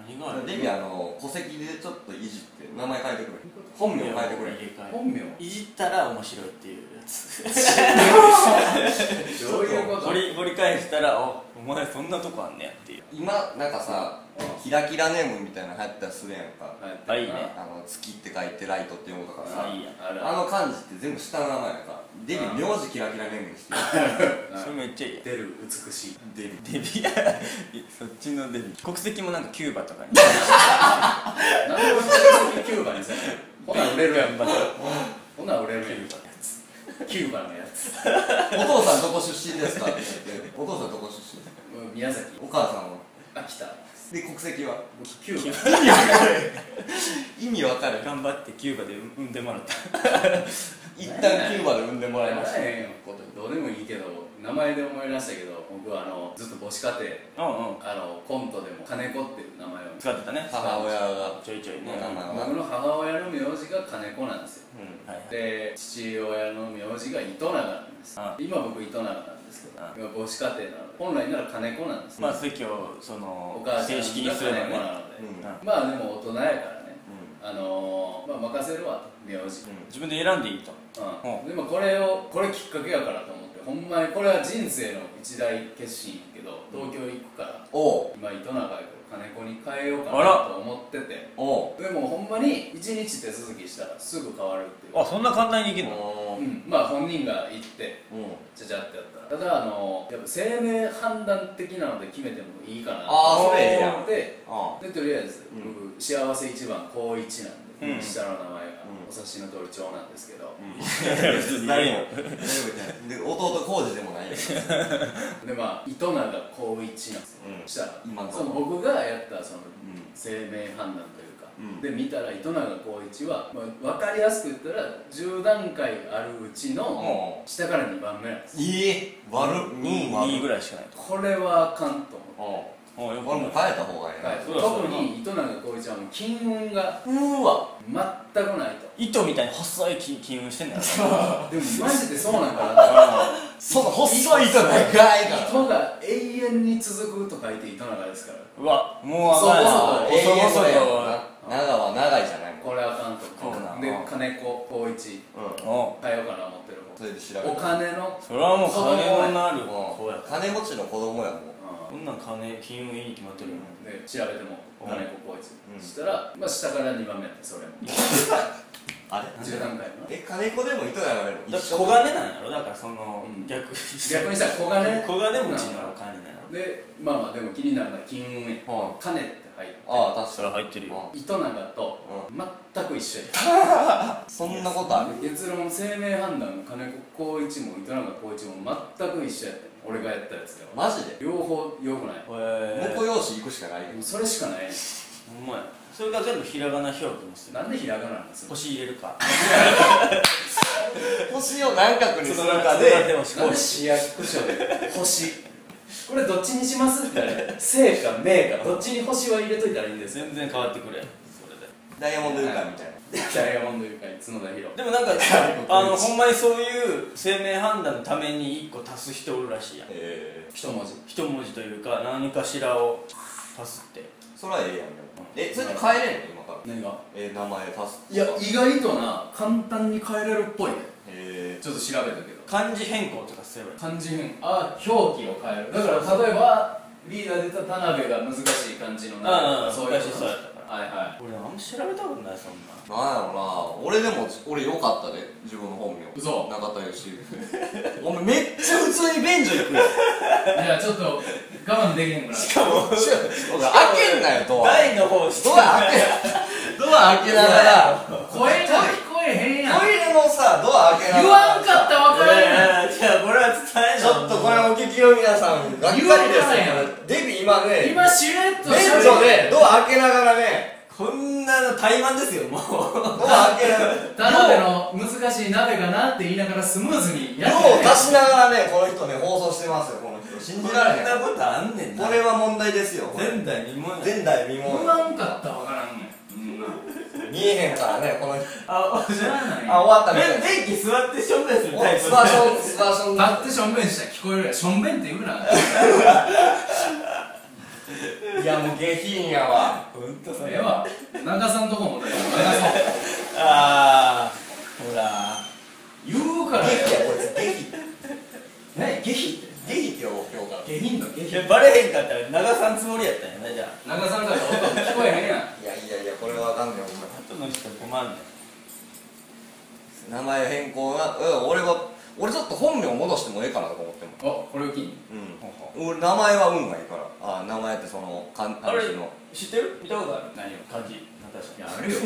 S4: 何がある
S2: デビーあの戸籍でちょっといじって名前変えてくれ本名変えてくれ
S4: 入れ替え
S3: 本名
S4: いじったら面白いっていうやつ
S3: どういうこと
S4: 掘り掘り返したらおお前そんなとこあんねやっていう
S2: 今なんかさキラキラネームみたいなの流行ったりするやんか
S4: あいいね
S2: あの月って書いてライトって読むとかさ
S4: あいいや
S3: ある
S2: あの漢字って全部下の名前やんかデビ
S3: う
S2: ー
S3: ん
S2: 名字キラキラネームにしてる
S4: それめっちゃいいや
S3: 出る美しい
S2: デビー
S4: デビ そっちのデビ国籍もなんかキューバとかに
S3: なんで俺キューバにさほな売れるやん
S4: バ
S3: ほな売れるやんキューバのやつ
S2: お父さんどこ出身ですかって言ってお父さんどこ出身ですか
S3: うん宮崎
S2: お母さんは
S3: 秋田
S2: で国籍は
S3: キューバ
S2: 意味わかる
S4: 頑張ってキューバで産んでもらった
S2: 一旦キューバで産んでもらいました
S3: ええことどうでもいいけど名前で思い出したけど僕はあのずっと母子家
S4: うんうん
S3: 庭あのコントでも金子っていう名前を
S4: 使ってたね
S2: 母親が
S4: ちょいちょいね、
S2: まあまあまあ
S3: 僕の母親の名字が金子なんですよ
S2: うん
S4: はいはい
S3: で父親の名字が糸永なんです
S4: あ
S3: 今僕糸永なんですけど
S4: あ
S3: 今母子家庭なので本来なら金子なんです
S4: まあ籍をその
S3: お母さん
S4: 正式にすれば
S3: が金子
S4: ね
S3: なので
S2: うん
S4: うん
S3: まあでも大人やからねあのーまあ任せるわと名字
S2: うん
S4: 自分で選んでいいと
S3: うん
S4: う
S3: でもこれをこれきっかけやからと思ってほんまにこれは人生の一大決心やけど東京行くから
S2: おう
S3: 今糸永やから金子に変えようか
S4: あら
S3: なと思ってて
S2: おう
S3: でもほんまに1日手続きしたらすぐ変わるっていう
S4: あそんな簡単にいけるの
S2: おう
S3: うん、まあ本人が行って
S2: うん
S3: ちゃちゃってやったらただあのやっぱ生命判断的なので決めてもいいかな
S2: あーそれええやん
S3: で
S2: あ
S3: でとりあえず、
S2: うん
S3: 僕幸せ一番高一なんで、
S4: うん
S3: 下の名
S2: う
S3: 前が、お察しの通り長男ですけど、
S2: 別に誰も誰もいないで弟浩二でもないよ
S3: でまあ糸永高一なんですよ、
S2: うん
S3: したら
S2: 今の
S3: その僕がやったその
S2: ん
S3: 生命判断というか、
S2: うん
S3: で見たら糸永浩一は、まあ、分かりやすく言ったら10段階あるうちの
S2: う
S3: 下から2番目なんです
S2: いい悪っ
S4: 2
S2: 悪っ
S4: 位ぐらいしかないと
S3: これはあかんと思って。
S2: う
S4: ああよ
S2: ん
S4: く
S2: 俺も
S4: ない
S2: 変えた方がいいな、
S3: はい
S4: そうだそうだ
S3: 特に糸永浩一はもう金運が
S4: うーわ
S3: 全くないと
S4: 糸みたいに細い金金運してんだよ
S3: でもマジでそうなんかなと
S4: その細
S2: 細
S4: い
S2: い
S4: 糸
S2: 糸長
S4: だ
S2: い
S4: よ
S2: から
S3: 糸が永遠に続くと書いて糸永ですから
S4: うわもうあかん
S3: そう
S4: な
S2: 永遠
S4: 細々
S2: のや
S4: と
S2: ろな長は長いじゃないもん
S3: これあかんと
S4: そうなん
S3: で
S4: うん
S3: 金子浩一
S2: うん
S4: お
S3: 変えようかな思ってる
S2: それで調べ
S3: もんお
S2: た
S3: 金の
S4: それはもう金のなる
S2: も
S4: こ
S2: う金持ちの子供やもん
S4: こんなん金金運いいに決まってるよ
S3: で調べても
S4: うん
S3: 金子浩一、
S2: うん
S3: そしたら、まあ、下から2番目やってそれも
S2: あれ
S3: 10段階の
S2: え金子でも糸やられる一
S4: だって
S2: 緒
S4: 小金なんやろだからその
S3: うん
S4: 逆に
S3: 逆にしたら小
S4: 小
S3: 金
S4: 金持ちのお金なんやろ
S3: でまあまあでも気になるのは金運や
S2: うん
S3: 金って入って
S2: ああ確
S4: そ
S2: か
S4: れ入ってる
S2: に
S4: よ
S3: 糸永と全く一緒や
S2: うんそんなことある
S3: 結論生命判断の金子浩一も糸永浩一も全く一緒やった俺がやったやつでは
S2: マジで
S3: 両方良くない
S4: へえ
S2: 婿養子行くしかないよ
S3: でもそれしかないね
S4: ほんまやそれが全部ひらがな表記にしてる
S3: なんでひらがななんですよ
S4: 星入れるか
S2: 星を何角にするか
S4: それ
S2: で
S4: でもし
S3: なんで市役所で星これどっちにしますって言ったら生か名かどっちに星は入れといたらいいんですよ
S4: 全然変わってくれそれで
S2: ダイヤモンドユカみたいな
S3: ダイヤモンドユカイ角田博
S4: でもなんかあのほんまにそういう生命判断のために1個足す人おるらしいやん
S2: ええ
S3: 一文字
S4: 一文字というか何かしらを足すって
S2: それはええやんでもえそれって変えれんの今から
S3: 何が
S2: え名前足す
S3: いや意外とな簡単に変えれるっぽいね
S2: え
S3: ちょっと調べたけど
S4: 漢字変更とかすればいい
S3: 漢字変あ表記を変えるだから例えばリーダーで言ったら田辺が難しい漢字の
S4: ああ
S3: そういうこと
S4: 昔そうやったか
S3: はいはい
S4: 俺あんま調べたことないそんな
S2: ー、なんやろな俺でも俺よかったで自分の本名
S3: 嘘
S2: 中田義之 お前めっちゃ普通に便所行くや ん
S3: いやちょっと我慢できへんくなる
S4: しかも
S2: お前開けんなよドア
S4: 台の方して
S2: ドア開け ドア開けながら
S3: 声が聞こえへんやん
S2: トイレのさドア開けなが
S3: 言わ
S2: ら
S3: んかったら分からへんやん
S4: いやいやこれは伝えな
S2: ちょっとこれお聞きの皆さんがっかりですよデビ今ね
S3: 今しれっと
S2: 便
S3: 喋る
S2: 所でドア開けながらね
S4: こんなの怠慢ですよもう
S2: ドア開けながら
S3: 田辺の難しい鍋がなって言いながらスムーズにや
S2: 量
S3: って
S2: を
S3: ね
S2: 足しながらねこの人ね放送してますよこの人信
S4: こん
S2: じられへん
S4: なことあんねんな
S2: これは問題ですよこれ
S4: 前代未聞や
S2: 前代未
S3: 言
S2: 聞
S3: わんかったら分からんねん
S2: 見えへんからねこの人
S4: あ
S3: 知らない
S2: あ終わったみたいな
S4: え電気座ってしょんべんする
S2: お
S4: タイプ
S2: スパションスパション
S3: だってしょんべんしたら聞こえるやんしょんべんって言うない
S2: やもう下品や わ
S4: ほんとそ
S3: ええ
S4: れは
S3: わ長さんとこもだよ長さん
S4: ああほら
S3: 言うから
S2: 下
S3: よ
S2: 品やこいつ下品
S3: ね下品って
S2: 下品って呼ぼう今日から
S3: 下品の下
S4: い
S3: 品
S4: やバレへんかったら長さんつもりやったんやなじゃあ
S3: 長さんから音が聞こえへんやん
S2: いやいやいやこれはわかんないお前
S4: 後の人困るね
S2: 名前変更なうん俺は俺ちょっと本名戻してもええかなとか思っても
S3: おこれを機に
S2: う
S4: ほほ
S2: ん俺名前は運がいいからあ名前ってその漢
S4: あれ
S2: 字の
S4: 知ってる見たことある
S3: 何を
S4: 漢字ナタシ
S3: やるよ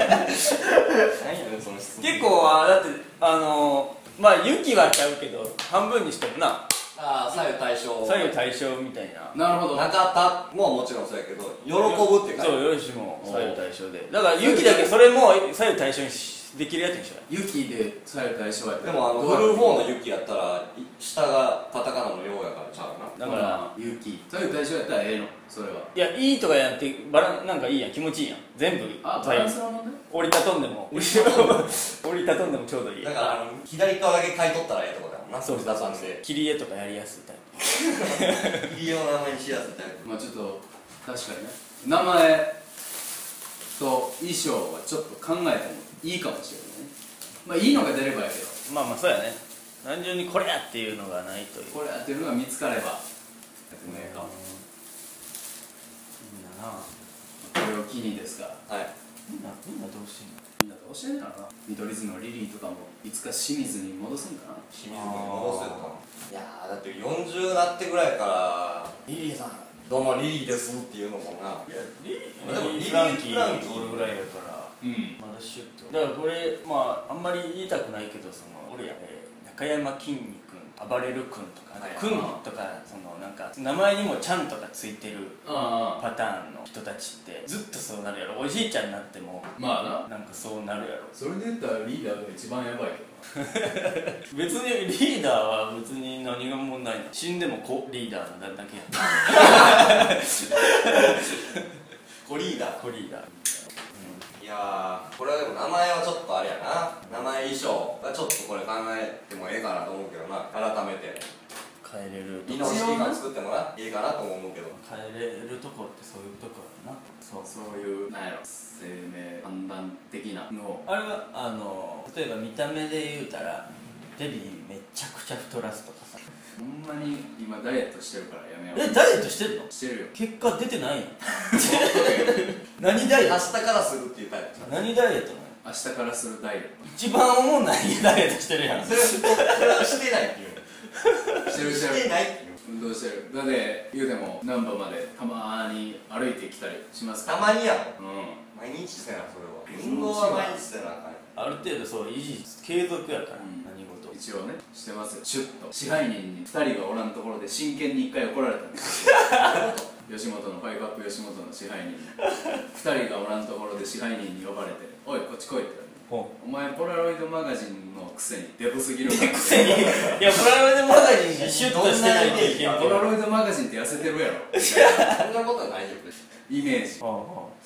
S2: 何やねんその質問
S4: 結構はだってあのー、まあ雪はちゃうけど半分にしてもな
S2: ああ左右対称
S4: 左右対称みたいな
S3: なるほど
S2: 中田ももちろんそうやけど喜ぶって書いてあ
S4: そ
S2: る
S4: うよしも左右対称でだから雪だけそれも左右対称にしできるやつにしよう
S3: ユキで左右対称やっ
S2: で
S3: たら
S2: もあの
S3: どうや
S2: フ
S3: ろう
S2: ル4のユキやったらい下がカタカナの「よう」やからちゃうな
S4: だから、
S3: ユキ左右対称やったらええのそれはい
S4: やいいとかやってバランなんかいいやん気持ちいいやん全部
S3: あバ
S4: 左
S3: ラン
S4: 右
S3: スの問題
S4: 折りたとんで も折りたとんでも折りたとんでもちょうどいい
S2: だからあの左側だけ買い取ったらええとこだもんな
S4: そう
S2: 福田さんで
S4: 切り絵とかやりやすいタイ
S2: 右を名前にしやすいタイプ
S3: まあちょっと確かにね名前と衣装はちょっと考えてもいいかもしれないねまあいいのが出ればやけど
S4: プまあまあそうやね単純にこれやっていうのがないという
S3: これやっていうのが見つかればやってもええかも
S4: みんなな
S3: これを機にですが
S2: はい
S4: みんなみんなどうしてんの
S3: みんなどうしてんだろうな見取り図のリリーとかもいつか清水に戻すんかな
S2: 清水君に戻すよないやーだって40なってぐらいから
S4: リリーさん
S2: 「どうもリリーです」っていうのもない
S4: やリ
S2: でも
S4: リ
S2: リリ
S4: ー
S2: ー
S4: フランキ
S2: フランキ
S4: ー
S2: ー
S4: おるぐらいやから
S3: うん
S4: まだシュッとだからこれまああんまり言いたくないけどその俺や、えー中山きんに君暴れる君とか
S3: はい
S4: 君とかそのなんか名前にもちゃんとかついてる
S3: あ
S4: パターンの人たちってずっとそうなるやろおじいちゃんになっても
S3: あまあな
S4: なんかそうなるやろ
S3: それで言ったらリーダーが一番やばいけど
S4: 別にリーダーは別に何が問題ない死んでも子リーダーなんだけやった
S2: コリーダー
S4: 子リーダー
S2: いやーこれはでも名前はちょっとあれやな名前衣装はちょっとこれ考えてもええかなと思うけどな改めて
S4: 変えれると
S2: 美
S4: こ
S2: 濃式が作ってもなええかなとも思うけど
S4: 変えれるとこってそういうとこやなそう
S3: そういうなんやろ生命判断的なのを
S4: あれはあの例えば見た目で言うたらデビーめちゃくちゃ太らすとかさ
S3: ほんまに今ダイエットしてるからやめよう
S4: えダイエットしてんの
S3: してるよ
S4: 結果出てないや ん何ダイエ
S2: 明
S4: ット
S2: 日からするっていうタイプじゃん
S4: 何ダイエットなの
S3: 明日からするダイエッ
S4: 一番思んないダイエットしてるやん
S2: それはそれはしてないっていう
S3: トしてるし
S2: してて
S3: る
S2: ないっていう
S3: 運動してるだって言うても難波までたまに歩いてきたりします
S2: たま
S3: か
S2: にやろ
S3: らう
S2: 毎日せなそれは運動は毎日せなあかんよ
S4: ある程度そう維持継続やから、
S3: うん
S4: 何事
S3: ん一応ねしてますよシュッと支配人に2人がおらんところで真剣に1回怒られたんですよ 吉本のファイブアップ吉本の支配人に2人がおらんところで支配人に呼ばれて「おいこっち来い」って言われてお前ポラロイドマガジンのくせにデブすぎ るから
S4: くせにいやプライベートマガジンにシュッとしてないといけんけど
S3: ポラロイドマガジンって痩せてるやろ
S2: そんなことは大丈夫です
S3: イメージす
S4: ああ
S3: い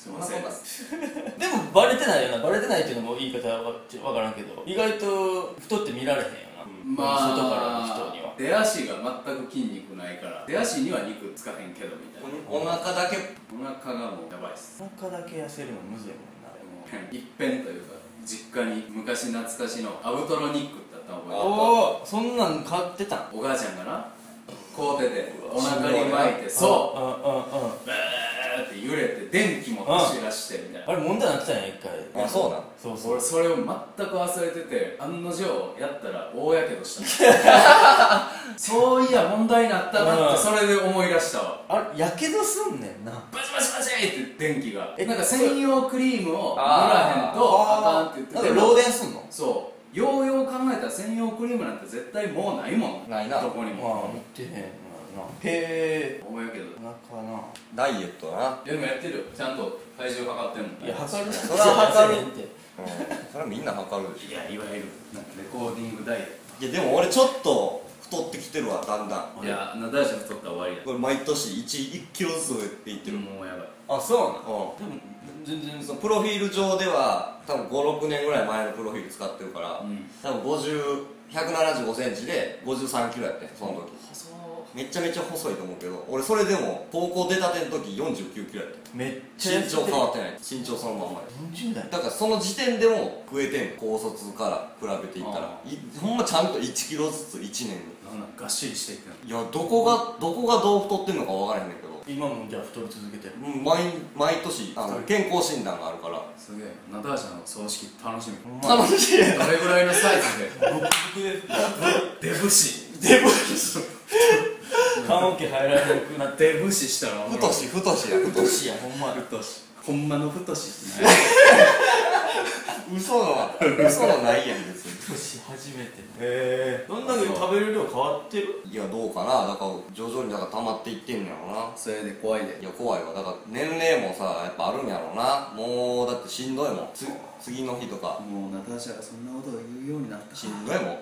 S2: そん
S3: ま
S2: なこ
S3: せん
S2: とは
S4: でもバレてないよなバレてないっていうのも言い方はわからんけど意外と太って見られへんよな、
S3: まあ
S4: 外からの人には
S3: 出足が全く筋肉ないから出足には肉つかへんけどみたい
S2: お腹だけ
S3: なお腹がもうやばいっす
S4: お腹だけ痩せるのむずいもんな
S3: もう一変というか実家に昔懐かしのアウトロニックってあったの覚えてる
S4: おおそんなん買ってたん
S3: お母ちゃんがなこう出てお腹に巻いて
S4: う
S3: そ
S4: んうんうん
S3: うブーって揺れて電気も走らしてみたいな
S4: あれ問題になってたんや一回
S2: あそうなん
S4: そうそう
S3: 俺それを全く忘れてて案の定やったら大やけどした そういや問題になったなってそれで思い出したわ
S4: あれやけどすんねんな
S3: バチバチバチって電気が
S4: え
S3: なんか専用クリームを塗らへん
S2: あー
S3: とあかんって言
S2: な
S3: っ
S2: ん
S3: て
S2: で
S3: て
S2: 漏電すんの
S3: そうようよう考えたら専用クリームなんて絶対もうないもん
S2: ないな
S3: どこに
S4: ま
S3: も
S4: あ持ってへんなへえ
S3: 思うけど
S4: お腹な
S2: ダイエットな
S3: でもやってるよちゃんと体重測ってんもん
S4: いや測る
S2: それは測る
S4: って
S2: うんそれはみんな測るでし
S3: いやいわゆるなんかレコーディングダイエッ
S2: ょいやでも俺ちょっと太ってきてるわだんだん
S3: トいやあんな大丈夫取ったら終わ
S2: これ毎年 1, 1キロずつ増えていって
S3: り
S2: る
S3: だ
S2: もん、
S3: もうやばい
S2: あそうな
S4: でも全然
S2: そのプロフィール上では多分56年ぐらい前のプロフィール使ってるから、
S3: うん
S2: 多分5 0 175センチで53キロやってんその時
S3: 細
S2: めちゃめちゃ細いと思うけど俺それでも高校出たての時49キロやってん
S4: めっちゃ
S2: 身長変
S4: わ
S2: わってない身長そのまんまや
S4: 40代
S2: だからその時点でも食えてん高卒から比べていったら
S3: あ
S2: いほんまちゃんと1キロずつ1年
S3: なんなんがっしりしていくの
S2: でいやどこがどこがどう太ってんのか分からへんねんけど
S4: 今もじゃあ太り続けてる
S2: うん毎毎年あの健康診断があるから
S3: すげえナターシャの葬式楽しみど
S4: まあ
S2: 楽しい
S3: れぐらいのサイズで デブシ
S4: デブシ棺桶入らなくなって
S3: デブシしたらおもろい
S2: 太し太しや太しや
S4: ほんま
S3: 太しほんまの太しって
S2: 嘘の嘘のないやん別に
S4: 年初めてへえどんだけ食べる量変わってる
S2: いやどうかなだから徐々にだから溜まっていってんのやろな
S3: それで怖いで
S2: いや怖いわだから年齢もさやっぱあるんやろなもうだってしんどいもんつ次の日とか
S3: もうナターシャがそんなことを言うようになった
S2: しんどいもん
S3: 悲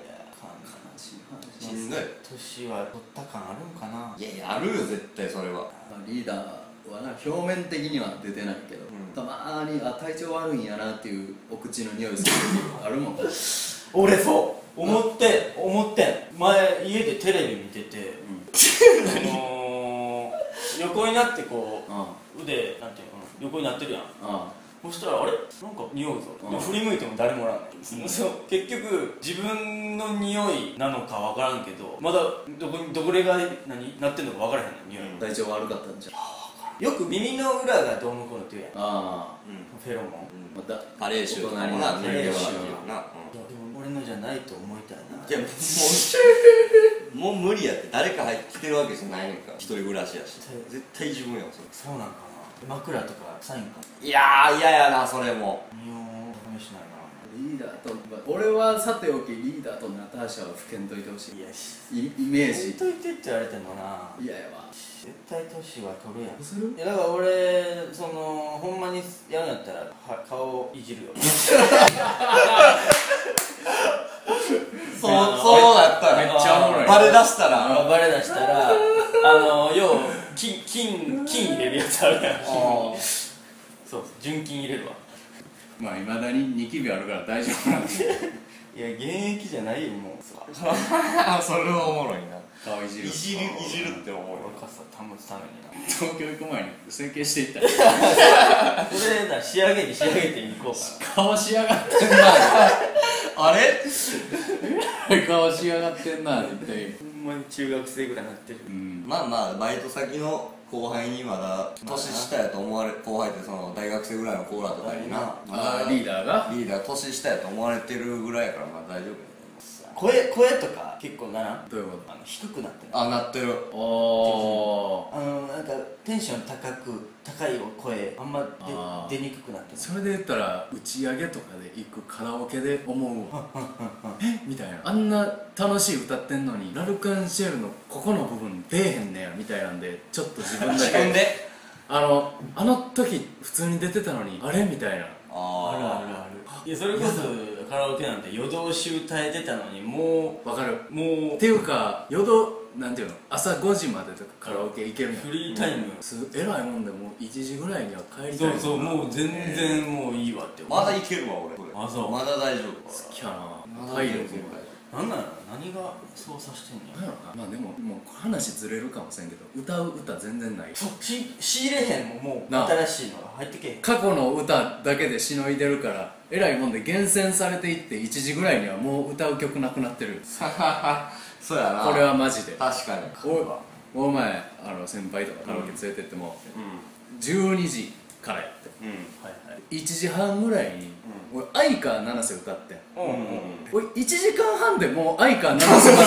S3: しい話
S2: しんどい
S4: 年は取った感あるんかない
S2: やいやあるよ絶対それは
S3: まあリーダーはな表面的には出てないけど、
S2: ん
S3: たまにあ体調悪いんやなっていうお口の匂いする時あるもん
S4: 俺そう思って思ってん前家でテレビ見てて、あのー、横になってこ
S3: あ
S4: う腕なんていうの横になってるやん
S3: あ
S4: そしたらあれなんか匂うぞ
S3: うん
S4: でも振り向いても誰もおらん、そう結局自分の匂いなのかわからんけどまだどこにどこれが何なってんのかわからへんの匂い、
S2: うん
S3: 体調悪かったんじゃん
S4: よく耳の裏がどうのこうのって言うやん
S3: ああ
S2: うん
S4: フェロモン
S3: また
S2: 加齢臭とかも
S3: お
S2: な
S3: 隣の
S2: 年齢
S4: 加
S2: はな
S4: 齢臭
S2: な、うん
S4: いやでも俺のじゃないと思いたいない
S2: やもうもう無理やって誰か入ってきてるわけじゃないねんから一人暮らしやし絶対自分やもんそれ
S4: そうなんかな
S1: 枕とかサインか
S2: いやー嫌やなそれも
S1: 日本を高めしないな
S3: リーダーと俺はさておきリーダーとナターシャは吹けんといてほしい
S1: いやし
S3: イイメー
S1: 置い
S3: ジ
S1: といてって言われてもな
S3: 嫌やわ
S1: 絶対年は取るやん
S3: どうする
S1: いやだから俺そのほんまにやるんやったらは顔いじるよ
S2: そうそうなった
S3: めっちゃおもろい
S2: バレ出したら
S1: あのバレ出した らあの要は金金金入れるやつあるやんそう純金入れるわ
S3: まあいまだにニキビあるから大丈夫なんで
S1: いや現役じゃないよもうそう
S2: あそれはおもろいな
S3: 顔いじる
S2: て思う
S1: 若さ保つためにな
S3: 東京行く前に整形していったら
S1: これだ仕上げに仕上げていこうか
S3: 顔しやがっ
S2: あれ
S3: て顔しやがってんなって言って
S1: なほんまに中学生ぐらいになってる
S3: うん
S2: まあまあバイト先の後輩にまだ年下やと思われ後輩ってその大学生ぐらいのコーラとかになま
S3: あ
S2: だ
S3: ーリーダーが
S2: リーダー年下やと思われてるぐらいやからまあ大丈夫や
S1: 声声とか結構ならん
S3: どういうこ
S1: あの低くなってない
S2: あなってる
S3: とお
S1: あのなんかテンション高く高い声あんま
S3: あー
S1: 出出にくくなっ
S3: ー
S1: てる
S3: それで言ったら打ち上げとかで行くカラオケで思 うわえみたいなあんな楽しい歌ってんのにラルカンシェルのここの部分出えへんねやみたいなんでちょっと自分だ
S2: 自
S3: け
S2: 分で
S3: あのあの時普通に出てたのにあれみたいな
S1: あるあ
S2: あ
S1: るあるいやそれこそカラオケなんて夜通し歌えてたのにも
S3: わかる
S1: うもう
S3: っていうか夜どなんていうの朝5時までとかカラオケ行けるやん
S1: フリータイム、
S3: すえらいもんでもう1時ぐらいには帰りたいもん
S1: そう
S3: な
S1: そうもう全然もういいわって
S2: ー
S1: 思う
S2: まだいけるわ俺これ
S1: あそう
S2: まだ大丈
S3: 好
S2: 夫
S3: きやな
S2: まだ
S3: 体
S2: 大丈
S3: 力も
S2: 夫
S1: なんなの何が操作してんの
S3: なんやろなまあでももう話ずれるかもしれんけど歌う歌全然ない
S1: そうし仕入れへんもんもう
S3: なあ
S1: 新しいのが入ってけへん
S3: 過去の歌だけでしのいでるからえらいもんで厳選されていって1時ぐらいにはもう歌う曲なくなって る
S2: そうやな
S3: これはマジで
S2: 確かに
S3: おお前あの先輩とかカラオケ連れてっても、12時からやって
S2: うんうん
S3: 1時半ぐらいに、俺相川七瀬歌ってん
S1: うんうん
S3: 俺1時間半でもう相川七瀬ま で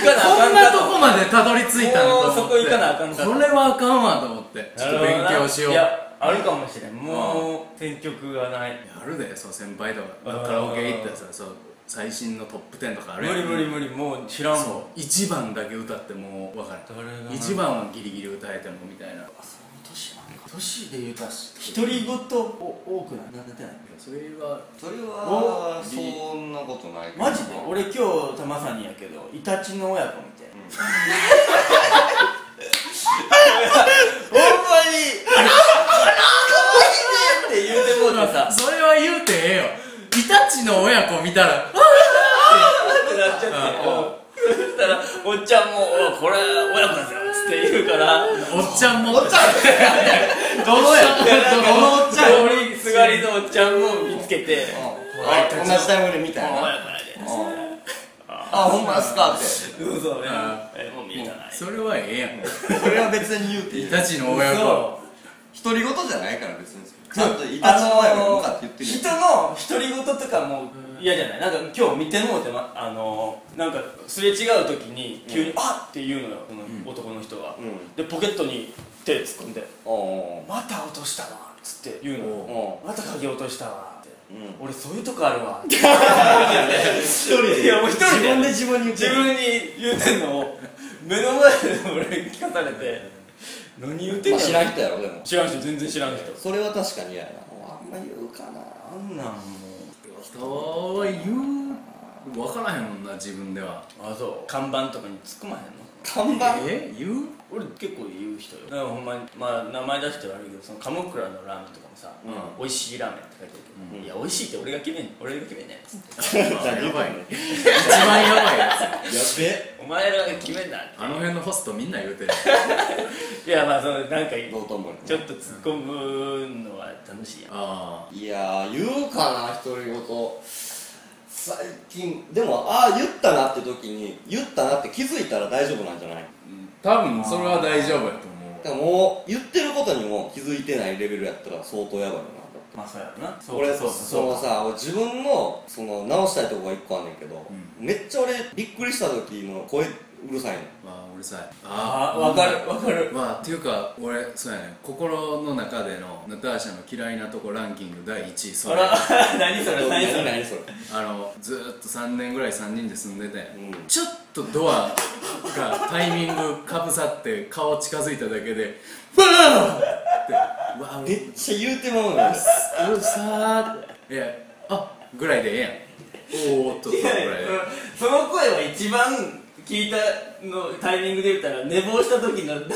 S1: 行か
S3: こん
S1: な
S3: な
S1: あかん
S3: とこまでたどり着いたのと思って
S1: もうそこ行かなあかんかった
S3: これはあかんわと思ってちょっと勉強しよう
S1: い
S3: や
S1: やあるかもしれんもう選曲がない
S3: るでそう先輩とか
S1: うん
S3: カラオケ行ったらさそう最新のトップ10とかあ
S1: 無
S3: るやん
S1: 理無理無理もう知らんもん
S3: そう1番だけ歌ってもう分から
S1: 誰が
S3: ん1番はギリギリ歌えてもみたいな
S1: 年なんか年で言うたし独り言お多くないなってない
S3: それは
S2: それはそんなことない
S1: マジで 俺今日たまさにやけどイタチの親子みたいな、ほんまに「あら可愛いね」って言うてもうてさ
S3: それは言うてええよイタチの親子見たら
S1: ってなっちゃってそしたらおっちゃんも「おこれ親子ですよ」つって言うから
S3: おっちゃんもおっちゃん
S2: どのやってどのおっちゃん
S1: 通りすがりのおっちゃんも見つけて
S2: うんあ同じタイムで見た
S1: 「
S2: よ
S1: お
S2: な
S1: 親子やで」
S2: うんあほんまですかって
S1: そうそうね
S3: あ
S1: えもう見えたない
S3: それはええやん
S2: それは別に言うていい
S3: イタチの親子
S1: そう
S2: 独り言じゃないから別にちゃんとイタチの親子に向かって言ってる
S1: 人の独り言とかも嫌じゃないなんか今日見てもうて、ま、あのー、なんかすれ違う時に急に「あっ!」って言うのよその男の人が、
S2: ん
S1: でポケットに手突っ込んで
S2: お
S1: 「また落としたわ」っつって言うの
S2: お
S1: よ
S2: お
S1: 「また鍵落としたわ」って。
S2: うん
S1: 俺そういうとこあるわ
S2: 一人
S1: いやもう一人で
S2: 自分で自分に言って
S1: 自
S2: る
S1: 分に言うてんのを目の前で俺に聞かされて何言ってん
S2: まあ
S1: の
S2: 知らん人やろでも
S1: 知らん人全然知らん人
S2: それは確かに嫌やなあんま言うかな
S1: あんなんも
S3: 人は言う分からへんもんな自分では
S1: うあそう看板とかに突っ込まへんの
S2: 看板
S3: え言う
S1: 俺結構言う人よだからほんまにまあ名前出して悪いけどその鴨倉のラーメンとかもさ、
S2: うん
S1: 美味しいラーメンって書いてるけど、いや美味しいって俺が決めん俺が決めんねんっつって
S3: やばいね一番やばいや
S2: やべ
S1: お前らが決めんなって
S3: つあの辺のホストみんな言うてる
S1: いやまあそのなんか
S2: どうと思う
S1: ちょっと突っ込むのは楽しいやん
S3: あ
S2: いやー言うかな独り言最近でもああ言ったなって時に言ったなって気づいたら大丈夫なんじゃない
S3: あ多分それは大丈夫やと思
S2: でももう言ってることにも気づいてないレベルやったら相当やばいよな
S1: まあそうやろなそう
S2: 俺
S1: そう
S2: そのさ俺自分のその直したいとこが一個あんねんけど、めっちゃ俺びっくりした時の声うるさいの
S3: うまあ俺るさい
S1: あーわかるわかる
S3: まあっていうか俺そうやね心の中でのナターシャの嫌いなとこランキング第1位そ
S1: あ
S3: れ
S1: ら 何それ何それ
S2: 何それ
S3: あのずーっと3年ぐらい3人で住んでて、
S2: うん
S3: ちょっとドアがタイミングかぶさって顔近づいただけで「バーン!」って「わあう
S2: めっちゃ言うてまうのよ
S3: うるさー」いやあぐらいでええやんおーっとっと
S1: い
S3: ぐら
S1: や
S3: い
S1: いや
S3: で
S1: その声は一番聞いたのタイミングで言ったら寝坊した時の中で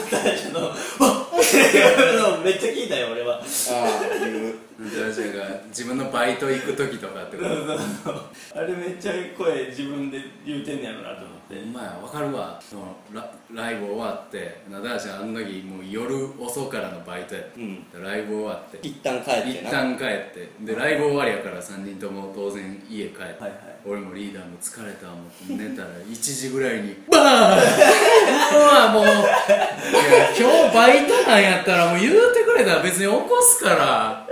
S1: の 「わっ!」っていうのめっちゃ聞いたよ俺は
S2: ああ 言う
S3: ナターシャが自分のバイト行く時とかってこと
S1: あれめっちゃ声自分で言うてんねやろなと思って
S3: ほんまやわかるわそのラライブ終わってナダーシャあの時もう夜遅からのバイトやって、
S2: うん
S3: ライブ終わって
S2: 一旦帰って
S3: 一
S2: な
S3: 旦帰ってでライブ終わりやから3人とも当然家帰って、
S1: はい
S3: 俺もリーダーも疲れた思って寝たら1時 ぐらいに バーンうわもういや今日バイトなんやったらもう言うてくれたら別に起こすから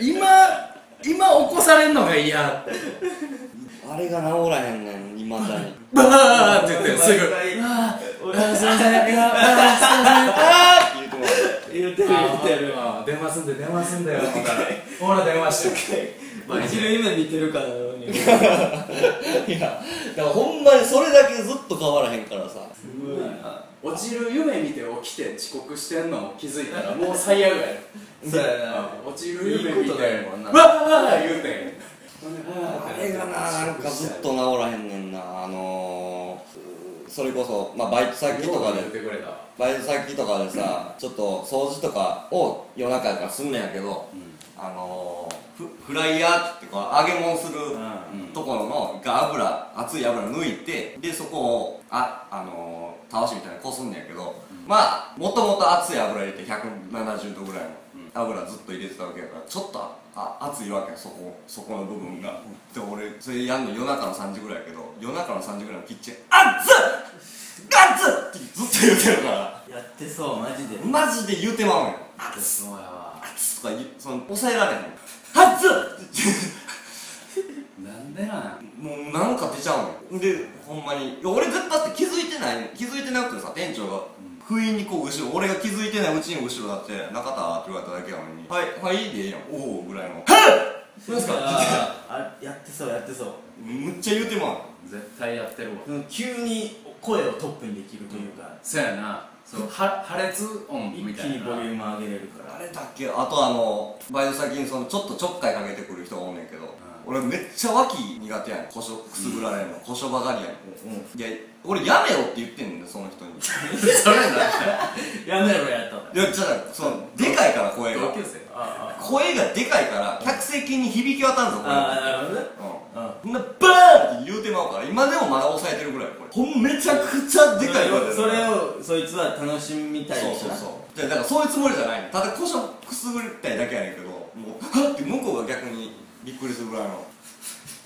S3: 今今起こされんのが嫌
S2: あれが治らへんねんいまだに
S3: バーンって言ってすぐ
S1: 毎回
S3: あーあーすいませんいやあーすいません
S2: 言う てま
S1: 言うて
S3: 出
S1: る言うて る
S3: 電話すんで電話すんだよ ほら電話して
S1: うちの夢見てるからよにす
S2: ういやだからほんまにそれだけずっと変わらへんからさ
S1: ごいな
S3: 落ちる夢見て起きて遅刻してんの気づいたらもう最 悪や
S1: そうやな
S3: 落ちる夢
S1: い
S3: 見
S1: いこ
S3: て
S1: とだよな
S3: わあ言うてん
S2: あれがななんかずっと治らへんねんなあのーそれこそ、まあ、バイト先とか
S3: 言
S2: で
S3: ってくれたわ
S2: バイト先とかでさちょっと掃除とかを夜中やからすんねんやけど、あのーフフライヤーってこう揚げ物する
S1: うん
S2: ところのが油熱い油抜いてでそこをああのー、たわしみたいにこすんねんやけど、まあもともと熱い油入れて170度ぐらいの油ずっと入れてたわけやからちょっとああ熱いわけよそこそこの部分が、で俺それやんの夜中の3時ぐらいやけど夜中の3時ぐらいのキッチン「熱っ熱っ!」ってずっと言うてるから
S1: やってそうマジで
S2: マジで言うてまうんよ熱っ
S3: そうやわ
S2: 熱っとか言うその抑えられへん熱っ
S3: なんでなん
S2: もうなんか出ちゃうのよでほんまにいや俺絶対って気づいてない気づいてなくてさ店長が不意にこう後ろ俺が気づいてないうちに後ろだって「中田」って言われただけやのに「はいはい」でええやん「おお」ぐらいの「はっ!」なんすか
S1: ああやってそうやってそう
S2: むっちゃ言うてまう
S3: 絶対やってるわ
S1: うん急に声をトップにできるというか、
S3: そうやなそうは破裂音み
S1: 一気
S3: たい
S1: に
S3: な
S1: ボリューム上げれるか
S2: あ
S1: ら
S2: れだっけあとあのバイト先にそのちょっとちょっかいかけてくる人がおんねんけど、俺めっちゃ脇苦手やねんこしょくすぐられんの、こしょばかりやねんいや俺やめろって言ってんねんその人に
S3: それな
S1: やめろやと
S2: いやじゃあそのでかいから声が
S3: 同級生
S1: あ
S2: 声がでかいから客席に響き渡るぞこ
S1: あああ
S2: れ
S1: なるほどね
S2: うん、みんなバーンって言うてまうから今でもまだ抑えてるぐらいこれほんめちゃくちゃでかい声
S1: それをそいつは楽しみたい
S2: そう
S1: でしょ
S2: そうそうでだからそういうつもりじゃないのただ故障くすぐりたいだけやねんけどもうはっって向こうが逆にびっくりするぐらいの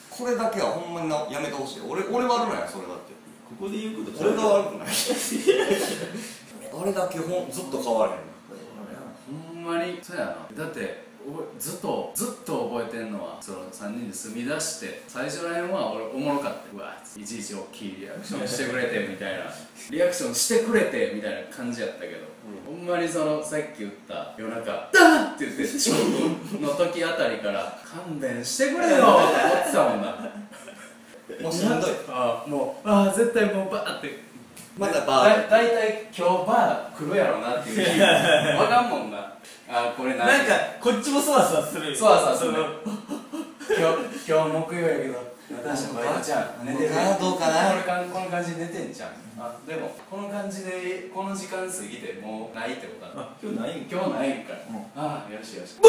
S2: これだけはほんまになやめてほしい俺俺悪ないそれだって
S1: ここで言うこと
S2: 俺が悪くない あれだけほんずっと変われへん
S3: ほんまにそうやなだっておずっとずっと覚えてんのはその3人で住み出して最初らへんは俺おもろかったうわいちいち大きいリアクションしてくれてみたいなリアクションしてくれてみたいな感じやったけど、ほんまにそのさっき言った夜中「ダー!」って言って遅刻の時あたりから「勘弁してくれよ!」って思ってたもんな
S2: もうしんどい
S3: ああもうああ絶対もうバーって
S2: まだバー
S3: だ大体今日バー来るやろなって いう日わかんもんなあーこれ
S1: なんかこっちもそわそわするよ
S3: そわそわする
S1: その
S3: 今日今日木曜やけど私のバイトちゃん寝てる
S2: もうどうかな
S3: これかんこの感じで寝てんじゃんあでもこの感じでこの時間過ぎてもうないってことだな
S1: あ今日ないん
S3: 今日ないんから、ああよろしいよろしい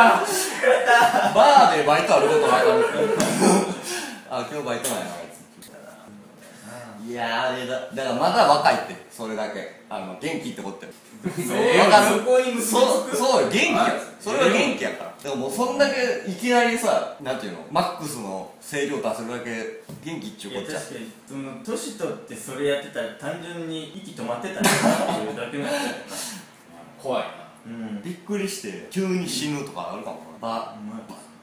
S2: ンバーでバイトあることわかる あ今日バイトないなあいついやーあれだだからまだ若いってそれだけあの元気ってことよ
S3: え
S2: わかる
S1: そこに結びつ
S2: そうそうよ元気や
S3: はい
S2: それは元気やからでももうそんだけいきなりさなんていうのマックスの声量出せるだけ元気っちゅ
S1: くいう
S2: こ
S1: や
S2: っちゃ
S1: 確かにその年取ってそれやってたら単純に息止まってたなっていうだけなんだよな
S3: 怖いな
S1: うん
S2: びっくりして急に死ぬとかあるかも
S1: お
S2: バ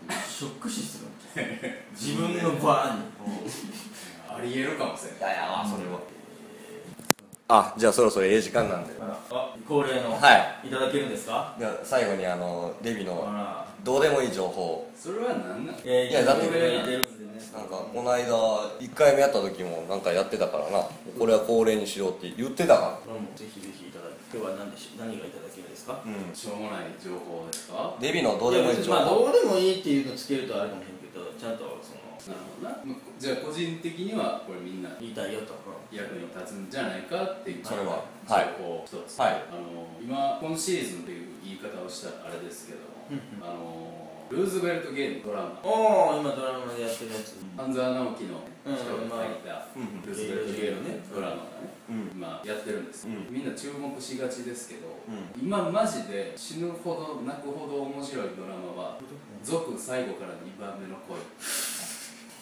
S1: 前ショック死する自分のバーに
S2: うん
S1: あ
S3: ありえるかもしれない
S2: いやいやそれは、あじゃあそろそろええ時間なんでは
S1: あ恒例の、
S2: い
S1: い、ただけるんですか
S2: では最後にあのデビ
S1: あ
S2: の
S1: ら
S2: どうでもいい情報
S4: それは何なん
S1: いや
S2: いやだって
S1: これ出るんでね
S2: なんかこの間1回目やった時もなんかやってたからなこれは恒例にしようって言ってたか
S1: これもぜひぜひいただいて今日は何でし何がいただけるんですから
S2: うん
S3: しょうもない情報ですか
S2: デビのどうでもいい情
S1: やまあ
S2: 報
S1: どうでもいいっていうのつけるとあれかもしれんけどちゃんとその
S3: なるほどなまあじゃあ個人的にはこれみんな
S1: 言いたいよと
S3: 役に立つんじゃないかっていう
S2: それは
S3: 情報一つ、
S2: はい
S3: あの今今シーズンという言い方をしたらあれですけどもあのルーズベルトゲームドラマ
S1: おお今ドラマでやってるやつ、
S3: 半沢直樹の
S1: うん
S3: 人が書いた
S2: うん
S3: ルーズベルトゲームのねドラマがね
S2: うん
S3: 今やってるんですよ
S2: う
S3: みんな注目しがちですけど
S2: う
S3: 今マジで死ぬほど泣くほど面白いドラマは「続最後から2番目の恋」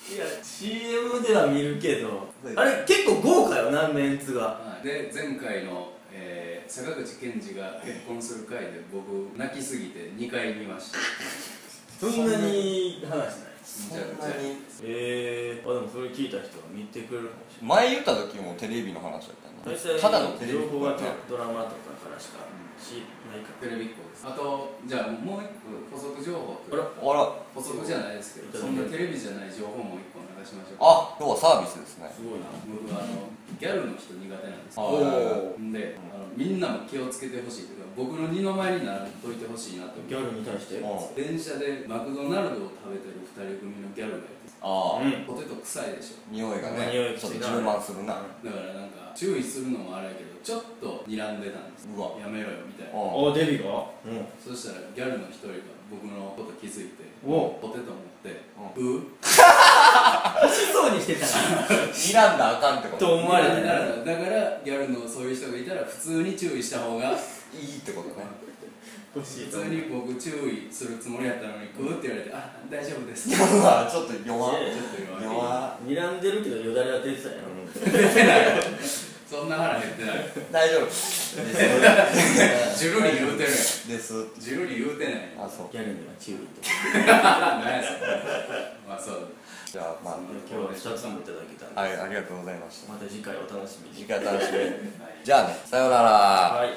S1: いや CM では見るけど
S2: はい
S1: あれ結構豪華よなメンツが
S3: はいで前回の、えー坂口健二が結婚する回で僕泣きすぎて2回見ました
S1: そんなに話しない
S2: そんなに
S1: えー、あでもそれ聞いた人が見てくれるかもし
S2: 前言った時もテレビの話だったよ
S1: れない
S2: な
S1: 大
S2: ただのテレ
S1: 体
S2: ビ
S1: 情報は
S2: だったよな
S1: ドラマとかからしかしないか
S3: テレビっ子ですあとじゃあもう一個補足情報というか
S2: あら
S3: 補足じゃないですけどそんなテレビじゃない情報もう一個流しましょ
S2: あ
S3: うか
S2: 今日はサービスですね
S1: らすごいな
S3: 僕はあのギャルの人苦手なんです
S2: あー
S3: よんであのみんなも気をつけてほしいというか僕の二の前にならんといてほしいなと
S1: ギャルに対してうん
S2: うん
S3: 電車でマクドナルドを食べてる2人組のギャルがいて
S2: ああ
S3: ポテト臭いでしょ
S2: 匂いがね
S1: 匂いきつ
S2: ちょっと
S1: い
S2: 充
S1: な
S2: 満するな
S3: だからなんか注意するのもあれやけどちょっと睨んでたんです
S2: うわ
S3: やめろよみたいな
S2: うん
S1: あデビがうん
S3: そしたらギャルの一人が僕のこと気づいて
S1: お
S3: ポテト持って
S2: うん
S3: 「う
S1: そうにしてたな
S2: 睨んだらあかんってこと
S1: と思われ
S3: だ
S1: て
S3: か
S1: な
S3: らだからギャルのそういう人がいたら普通に注意した方が
S2: いいってことね
S1: 欲し
S3: 普
S1: い
S3: 通
S1: と思う
S3: に僕注意するつもりやったのに「うーって言われて「あ大丈夫です」
S2: い
S3: ち
S2: や
S3: ょっ
S2: うわちょっと弱
S1: いや
S3: と言われて
S2: 弱
S1: 睨んでるけどよだれは出てたよ
S3: そんな腹減ってない
S2: 大丈夫です
S3: ジュルリ言うてるやん
S2: です
S3: ジュルリ言うてない
S2: あそう
S1: ギャルには注意と
S3: 何やそれまあそう
S2: じゃあま
S1: 今日は2つもいただけたんで
S2: あはいありがとうございました
S1: また次回お楽しみに
S2: 時間楽しみじゃあねさようなら
S1: はい